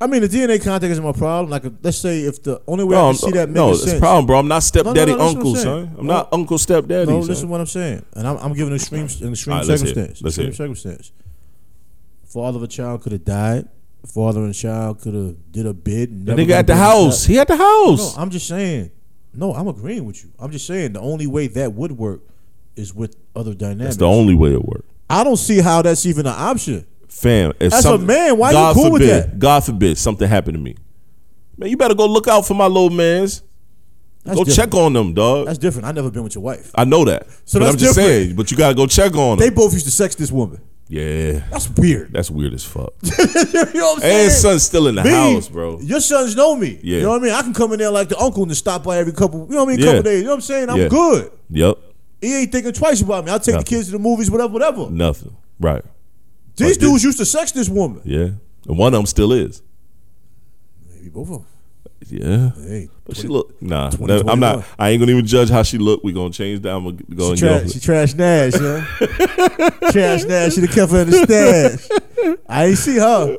C: I mean, the DNA contact isn't my problem. Like, if- let's say if the only way I
B: No,
C: can see that
B: I'm,
C: makes
B: no, it's
C: sense.
B: a problem, bro. I'm not stepdaddy
C: No, no, no, that's what
B: uncle,
C: I'm saying.
B: son. I'm not uncle stepdaddy.
C: No,
B: son.
C: listen to what I'm saying, and I'm, I'm giving extreme an extreme
B: All right, let's hear it.
C: circumstance.
B: Let's hear
C: extreme
B: it.
C: circumstance. Father of a child could have died. Father and child could have did a bid. and
B: The
C: never
B: nigga at the
C: been brought
B: house. He at the
C: up.
B: house.
C: No, I'm just saying. No, I'm agreeing with you. I'm just saying the only way that would work is with other dynamics.
B: That's the only way it works.
C: I don't see how that's even an option.
B: Fam, if
C: That's
B: some-
C: a man. Why you
B: God
C: cool with
B: forbid,
C: that?
B: God forbid something happened to me. Man, you better go look out for my little mans.
C: That's
B: go
C: different.
B: check on them, dog.
C: That's different. I never been with your wife.
B: I know that.
C: So
B: but
C: that's
B: I'm just
C: different.
B: saying, but you gotta go check on
C: They
B: them.
C: both used to sex this woman.
B: yeah.
C: That's weird. *laughs*
B: That's weird as fuck.
C: you know what I'm saying?
B: and son's still in the
C: Me,
B: house, bro.
C: Your sons know me.
B: Yeah.
C: You know what I mean? I can come in there like the uncle and just stop by every couple, you know what I mean?
B: Yeah.
C: Couple days. You know what I'm saying? I'm
B: Yeah.
C: good.
B: Yep.
C: He ain't thinking twice about me. I'll take
B: Nothing.
C: the kids to the movies, whatever, whatever.
B: Nothing. Right.
C: These
B: But this-
C: dudes used to sex this woman.
B: Yeah. And one of them still is.
C: Maybe both of
B: Yeah.
C: them. Hey.
B: But she look nah.
C: 20,
B: that- I'm not.
C: 21.
B: I ain't gonna even judge how she look. We gonna change that. I'm gonna go and
C: She,
B: get
C: tra-
B: off
C: she
B: it.
C: trash Nash, *laughs* yeah. trash Nash. She'd have kept her in the stash. I ain't see her.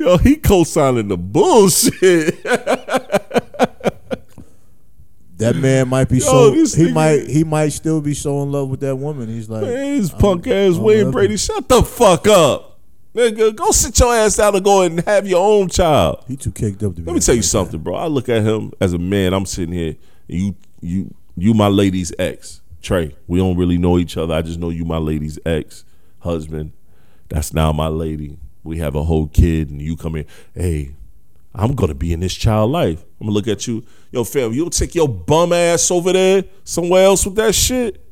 B: Yo, he co-signing the bullshit. *laughs*
C: That man might be so.
B: this
C: He
B: nigga-
C: might. He might still be so in love with that woman. He's like,
B: Man, his punk ass
C: I'm
B: Wayne
C: loving
B: Brady, shut the fuck up. Nigga, go sit your ass down and go and have your own child.
C: he too caked up to be.
B: Let me tell you something, bro. I look at him as a man. I'm sitting here. and You, you, you, my lady's ex, Trey. We don't really know each other. I just know you, my lady's ex husband. That's now my lady. We have a whole kid, and you come in. Hey, I'm gonna be in this child life. I'm gonna look at you, yo, fam. You'll take your bum ass over there somewhere else with that shit.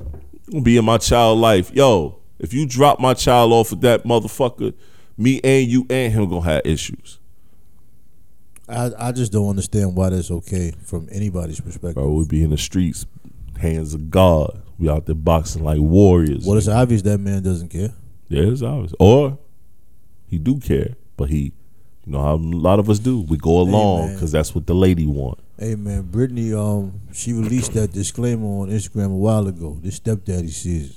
B: I'm gonna be in my child life, yo. If you drop my child off with that motherfucker, me and you and him gonna have issues.
C: I, I just don't understand why that's okay from anybody's perspective.
B: Bro, we be in the streets, hands of God. We out there boxing like warriors.
C: Well, it's obvious that man doesn't care.
B: Yeah, it's obvious. Or he do care, but he, you know how a lot of us do. We go along
C: man.
B: because that's what the lady want.
C: *laughs* Hey man, Brittany, um, she released that disclaimer on Instagram a while ago. This stepdaddy season.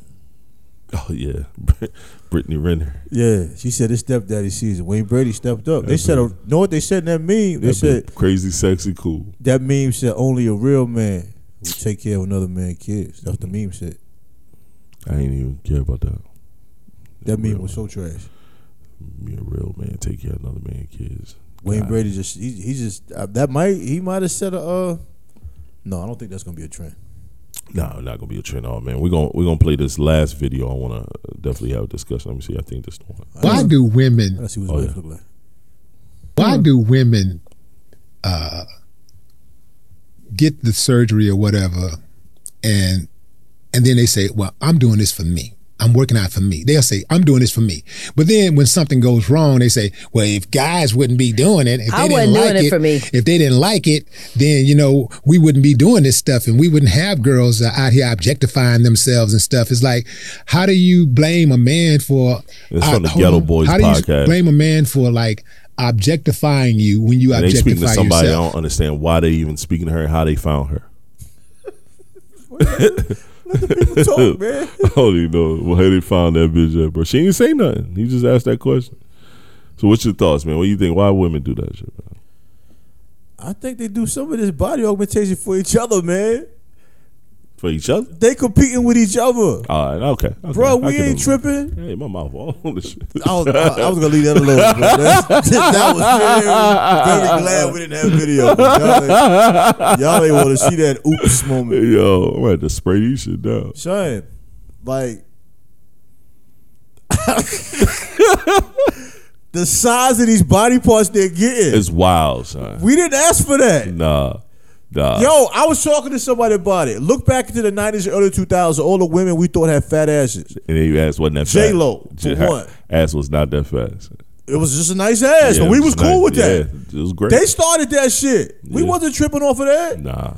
B: Oh yeah, *laughs* Brittany Renner.
C: Yeah, she said his stepdaddy season. Wayne Brady stepped up. They said, a, know what they said in that meme? They
B: That'd be
C: said
B: crazy, sexy, cool.
C: that meme said only a real man will take care of another man's kids. That's what the meme said.
B: I ain't even care about that.
C: That
B: Real
C: meme was so trash.
B: Be a real man. Take care of another man, kids.
C: Wayne
B: God.
C: Brady just he, he just uh, that might he might have said a uh no I don't think that's gonna be a trend.
B: No, not gonna be a trend. Oh man, we're gonna we're gonna play this last video. I wanna uh, definitely have a discussion. Let me see. I think this one.
G: Why do women?
C: Let's see what
B: Oh,
C: his wife
B: yeah.
C: look like.
G: Why do women uh, get the surgery or whatever, and and then they say, "Well, I'm doing this for me. I'm working out for me." They'll say, "I'm doing this for me," but then when something goes wrong, they say, "Well, if guys wouldn't be doing it, if
H: I
G: they didn't
H: wasn't doing
G: like
H: it for me."
G: if they didn't like it, then you know we wouldn't be doing this stuff, and we wouldn't have girls uh, out here objectifying themselves and stuff." It's like, how do you blame a man for?
B: It's from the
G: hold
B: Ghetto Boys
G: How do you
B: podcast.
G: blame blame a man for like objectifying you when you
B: And they
G: objectify
B: speaking to somebody.
G: yourself.
B: I don't understand why they even speaking to her and how they found her. *laughs*
C: Talk, man.
B: I don't even know where they found that bitch at, bro. She ain't say nothing. He just asked that question. So what's your thoughts, man? What do you think? Why women do that shit, man?
C: I think they do some of this body augmentation for each other, man.
B: For each other?
C: They competing with each other,
B: All right, okay. okay.
C: bro.
B: I
C: We
B: can
C: ain't
B: do-
C: tripping.
B: Hey, my mouth all on this shit. *laughs*
C: I was, I, I was gonna leave that alone. But that's, that *laughs* was very, very glad we didn't have video. 'cause Y'all ain't, y'all ain't want to see that oops moment.
B: Yo, I'm gonna have to spray these shit down.
C: Son, like *laughs* the size of these body parts they're getting.
B: It's wild, son.
C: we didn't ask for that.
B: Nah, nah.
C: Yo, I was talking to somebody about it. Look back into the nineties, early two thousands. All the women we thought had fat asses.
B: And then you asked wasn't that fat.
C: J-Lo, for
B: her
C: one.
B: Ass was not that fast.
C: It was just a nice ass,
B: Yeah,
C: but we
B: it
C: was cool
B: nice.
C: with that.
B: Yeah, it was great.
C: They started that shit. We
B: Yeah.
C: wasn't tripping off of that.
B: nah.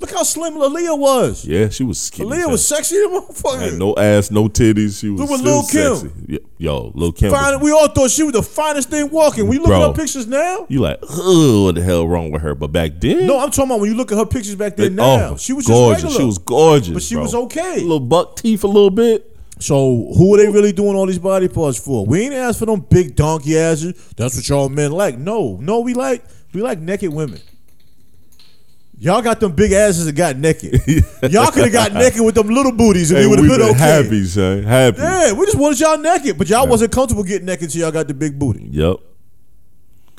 C: Look how slim Aaliyah was.
B: Yeah, she was skinny.
C: Aaliyah was sexy, than motherfucker.
B: Had no ass, no titties. She was
C: Look with
B: still
C: Lil' Kim.
B: sexy. Yo, Yo, Lil Kim. was-
C: Fine, we all thought she was the finest thing walking. When you look at
B: Bro.
C: her pictures now,
B: you like, oh, what the hell wrong with her? But back then,
C: no, I'm talking about when you look at her pictures back
B: they-
C: then. Now
B: oh,
C: she was
B: gorgeous.
C: just regular.
B: She was gorgeous,
C: But she
B: bro.
C: was okay.
B: Little buck teeth, a little bit.
C: So who are they really doing all these body parts for? We ain't asked for them big donkey asses. That's what y'all men like. No, no, we like we like naked women. Y'all got them big asses that got
B: *laughs*
C: naked. y'all could have got naked with them little booties and we
B: And
C: would have been, okay.
B: happy, son. Happy.
C: Yeah, we just wanted y'all naked, but y'all wasn't comfortable getting naked till y'all got the big booty.
B: Yep.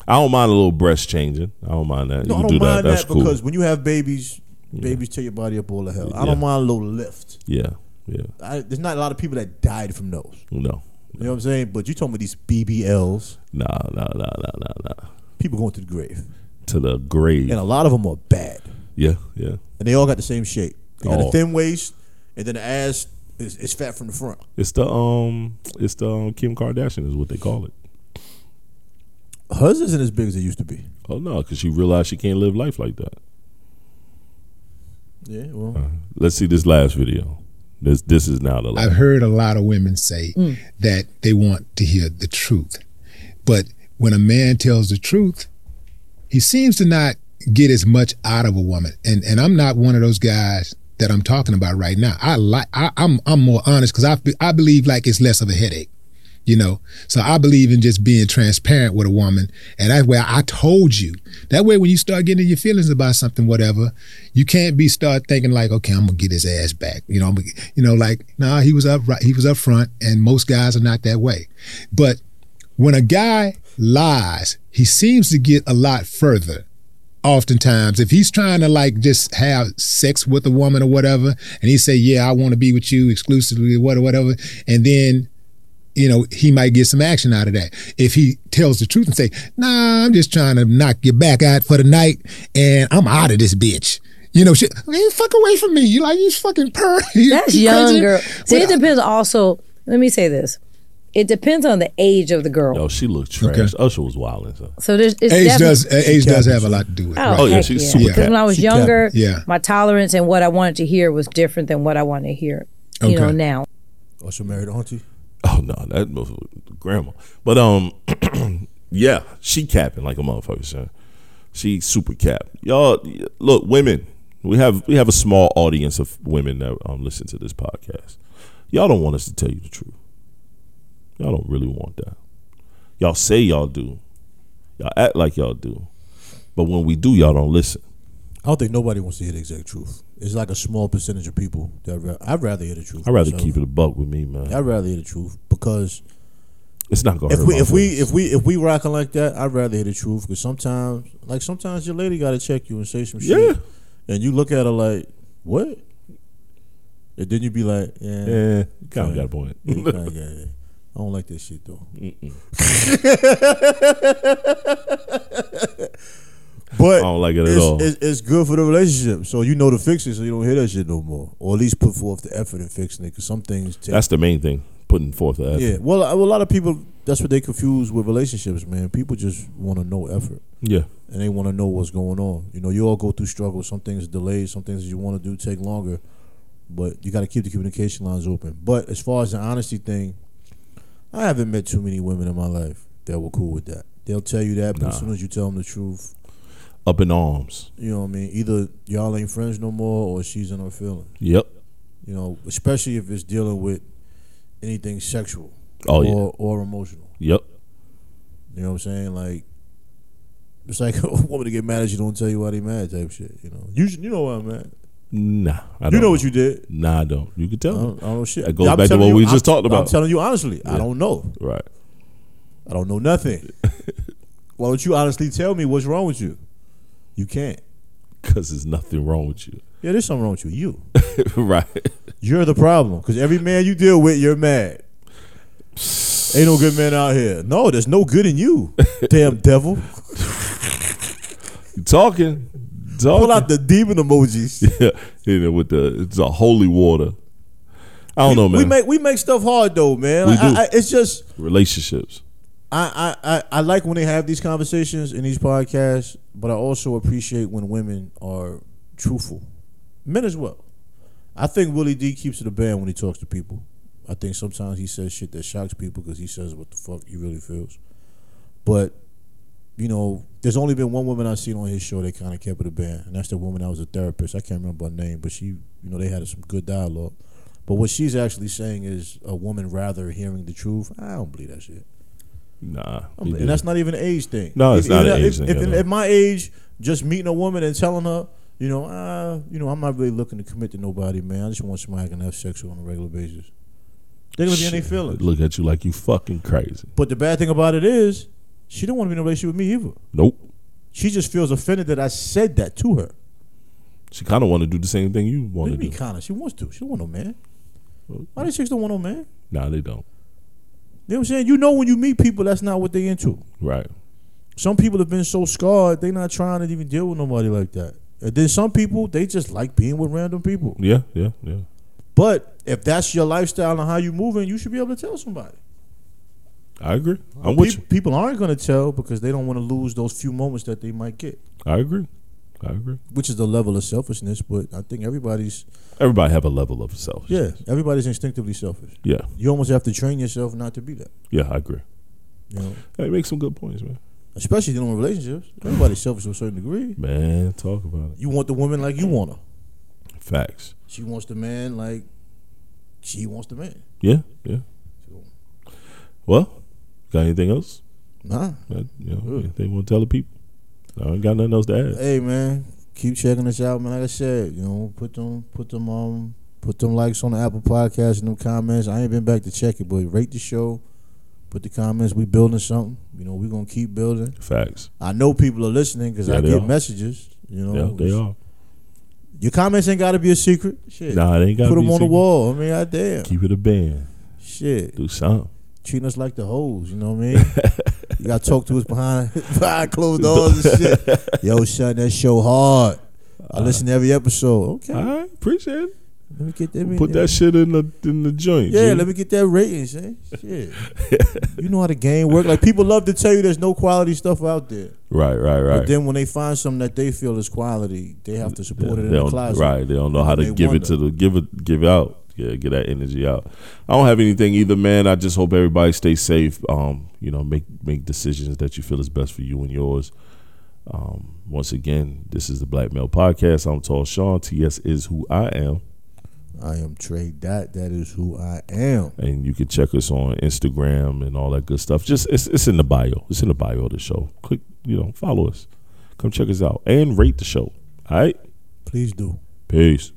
B: I don't mind a little breast changing. I don't mind that.
C: No,
B: you
C: I
B: can do
C: don't mind
B: that. That's
C: that
B: cool.
C: because when you have babies, babies tear your body up all the hell. I
B: Yeah.
C: don't mind a little lift.
B: yeah, yeah.
C: I, there's not a lot of people that died from those.
B: No,
C: You know what I'm saying? But you talking about these BBLs,
B: nah, nah, nah, nah, nah, nah.
C: people going to the grave.
B: To the grave.
C: and a lot of them are bad,
B: yeah, yeah.
C: and they all got the same shape. They got
B: Oh.
C: a thin waist, and then the ass is, is fat from the front.
B: It's the um, it's the um, Kim Kardashian is what they call it.
C: Hers isn't as big as it used to be.
B: Oh no, because she realized she can't live life like that. Uh,
C: Yeah, well,
B: Let's see this last video. This this is now the
G: I've
B: last.
G: heard a lot of women say that they want to hear the truth, but when a man tells the truth, he seems to not get as much out of a woman. And and I'm not one of those guys that I'm talking about right now. I like I, I'm I'm more honest because I be- I believe like it's less of a headache. You know, so I believe in just being transparent with a woman, and that way I told you. That way, when you start getting your feelings about something, whatever, you can't be start thinking like, okay, I'm gonna get his ass back. You know, I'm gonna, get- you know, like, nah, he was up, he was up front, and most guys are not that way. But when a guy lies, he seems to get a lot further. Oftentimes, if he's trying to like just have sex with a woman or whatever, and he say, "Yeah, I want to be with you exclusively," what whatever, and then you know, he might get some action out of that. If he tells the truth and say, nah, I'm just trying to knock your back out for the night and I'm out of this bitch. You know, shit, man, fuck away from me. You like, you fucking purr. *laughs* You-
H: That's
G: you crazy?
H: young girl. See,
G: Well,
H: it depends also. Let me say this. It depends on the age of the girl.
B: Yo, she looked trash.
G: Okay.
B: Usher was wilding. So.
H: So there's it's
G: Age
H: definitely-
G: does, uh, age does have a lot to do with it.
H: Oh,
B: Oh, yeah,
H: heck
B: she's super
H: Because
B: cat.
H: when I was
C: She
H: younger,
G: cat. Yeah.
H: my tolerance and what I wanted to hear was different than what I want to hear. You
G: Okay.
H: know now.
C: or she married auntie.
B: Oh no, that motherfucker- grandma. But um, yeah, *laughs* she capping like a motherfucker, son. She super cap. Y'all, look, women. We have we have a small audience of women that um, listen to this podcast. Y'all don't want us to tell you the truth. Y'all don't really want that. Y'all say y'all do. Y'all act like y'all do. But when we do, y'all don't listen.
C: I don't think nobody wants to hear the exact truth. It's like a small percentage of people that ra- I'd rather hear the truth.
B: I'd rather
C: myself.
B: keep it a buck with me, man.
C: I'd rather hear the truth because
B: It's not gonna
C: if
B: hurt
C: we
B: my
C: if we
B: feelings.
C: if we if we rocking like that, I'd rather hear the truth because sometimes, like sometimes your lady got to check you and say some shit, and you look at her like, what? And then you be like, yeah,
B: yeah, kind of got a point.
C: yeah,
B: *laughs*
C: you kinda got it. I don't like that shit though. *laughs* but
B: I don't like it at
C: it's,
B: all.
C: It's, it's good for the relationship, so you know to fix it, so you don't hear that shit no more, or at least put forth the effort in fixing it. Because some things take
B: That's the main thing. Putting forth the effort.
C: yeah, well, I- well, a lot of people that's what they confuse with relationships, man. People just want to know effort
B: Yeah.
C: and they want to know what's going on. You know, you all go through struggles. Some things delayed, some things you want to do take longer, but you got to keep the communication lines open. But as far as the honesty thing, I haven't met too many women in my life that were cool with that. They'll tell you that, but as soon as you tell them the truth,
B: Up in arms.
C: you know what I mean. Either y'all ain't friends no more, or she's in her feelings.
B: Yep.
C: You know, especially if it's dealing with anything sexual
B: Oh
C: or
B: yeah.
C: or emotional.
B: Yep.
C: You know what I'm saying? Like, it's like *laughs* a woman to get mad at you don't tell you why they mad type shit. You know, you you know why I'm mad.
B: Nah. I don't
C: You know what you did.
B: Nah, I don't. You can
C: I
B: tell.
C: don't, I don't know Oh, shit.
B: That goes
C: I'm
B: back to
C: telling
B: what
C: you-
B: we just
C: I'm-
B: talked
C: I'm
B: about.
C: telling you honestly, I don't know.
B: Right.
C: I don't know
B: *laughs*
C: nothing. why don't you honestly tell me what's wrong with you? You can't.
B: Because there's nothing wrong
C: *laughs*
B: with you.
C: Yeah, there's something wrong with you. You, *laughs*
B: right.
C: you're the problem. Because every man you deal with, you're mad. Ain't no good man out here. No, there's no good in
B: *laughs*
C: you, damn devil.
B: You talking. Talking.
C: Pull out the demon emojis.
B: yeah. *laughs* You know, with the it's a holy water. I don't know, man.
C: We make we make stuff hard though, man.
B: We
C: Like, I,
B: do.
C: I, it's just
B: Relationships.
C: I, I, I, I like when they have these conversations in these podcasts, but I also appreciate when women are truthful. Men as well. I think Willie D keeps it a band when he talks to people. I think sometimes he says shit that shocks people because he says what the fuck he really feels. But, you know, there's only been one woman I've seen on his show that kind of kept it a band, and that's the woman that was a therapist. I can't remember her name, but she, you know, they had some good dialogue. But what she's actually saying is a woman rather hearing the truth. I don't believe that shit.
B: Nah.
C: I'm- and that's not even an age thing.
B: No, it's
C: Even-
B: not an
C: even if,
B: age thing
C: If,
B: at all.
C: at my age, just meeting a woman and telling her, you know, uh, you know, I'm not really looking to commit to nobody, man. I just want somebody I can have sex with on a regular basis. They're gonna be in their feelings.
B: Look at you like you fucking crazy.
C: But the bad thing about it is, she don't want to be in a relationship with me either.
B: Nope.
C: She just feels offended that I said that to her.
B: She kind of want to do the same thing you want
C: What do
B: to
C: you mean,
B: do.
C: kinda? She wants to. She don't want no man. Why these chicks don't want no man?
B: Nah, they don't.
C: You know what I'm saying? You know when you meet people, that's not what they into.
B: Right.
C: some people have been so scarred they not trying to even deal with nobody like that. And then some people they just like being with random people.
B: Yeah. Yeah. Yeah.
C: But if that's your lifestyle and how you moving, you should be able to tell somebody.
B: I agree. I'm with
C: Pe-
B: you.
C: People aren't going to tell because they don't want to lose those few moments that they might get,
B: I agree. I agree.
C: which is the level of selfishness. But I think everybody's
B: Everybody have a level of self.
C: yeah, everybody's instinctively selfish.
B: Yeah.
C: You almost have to train yourself not to be that.
B: Yeah. I agree.
C: You know,
B: Hey, make some good points, man.
C: especially dealing with relationships. Everybody's selfish to a certain degree.
B: Man, talk about
C: You want the woman like you want her.
B: it. Facts.
C: She wants the man like she wants the man.
B: Yeah. Yeah.
C: So,
B: Well, got anything else?
C: nah.
B: That, you know, anything want to tell the people? I ain't got nothing else to add.
C: hey man, keep checking us out, man. Like I said, you know, put them, put them, um, put them likes on the Apple Podcast and them comments. I ain't been back to check it, but rate the show, put the comments. We building something. You know, we gonna keep building.
B: Facts.
C: I know people are listening because
B: Yeah,
C: I
B: they
C: get
B: are.
C: messages. You know,
B: Yeah, they are.
C: Your comments ain't gotta be a secret. Shit,
B: Nah, it ain't got
C: put
B: to
C: them on the wall. I mean, I damn
B: Keep it a band.
C: shit,
B: Do something.
C: treating us like the hoes. You know what I
B: *laughs*
C: mean? you gotta talk to us behind *laughs* behind closed doors and shit. Yo, son, that show hard. I
B: Uh-huh.
C: listen to every episode. Okay.
B: All right. Appreciate it.
C: Let me get that. let me-
B: Put that shit in the in the joint.
C: Yeah,
B: G.
C: let me get that rating. eh?
B: *laughs*
C: Shit. you know how the game work. Like people love to tell you there's no quality stuff out there,
B: Right, right, right.
C: but then when they find something that they feel is quality, they have to
B: Yeah,
C: support it in
B: they
C: the
B: don't-
C: closet.
B: Right. They don't know
C: And
B: how
C: then
B: to
C: they
B: give it to
C: wonder.
B: the give it give out. Yeah, get that energy out. I don't have anything either, man. I just hope everybody stays safe. Um, you know, make make decisions that you feel is best for you and yours. Um, once again, this is the Black Male Podcast. I'm Tall Sean. TS is who I am.
C: I am Trey Dot. That is who I am.
B: and you can check us on Instagram and all that good stuff. Just it's it's in the bio. It's in the bio of the show. Click, you know, follow us. Come check us out and rate the show. All right,
C: Please do.
B: peace.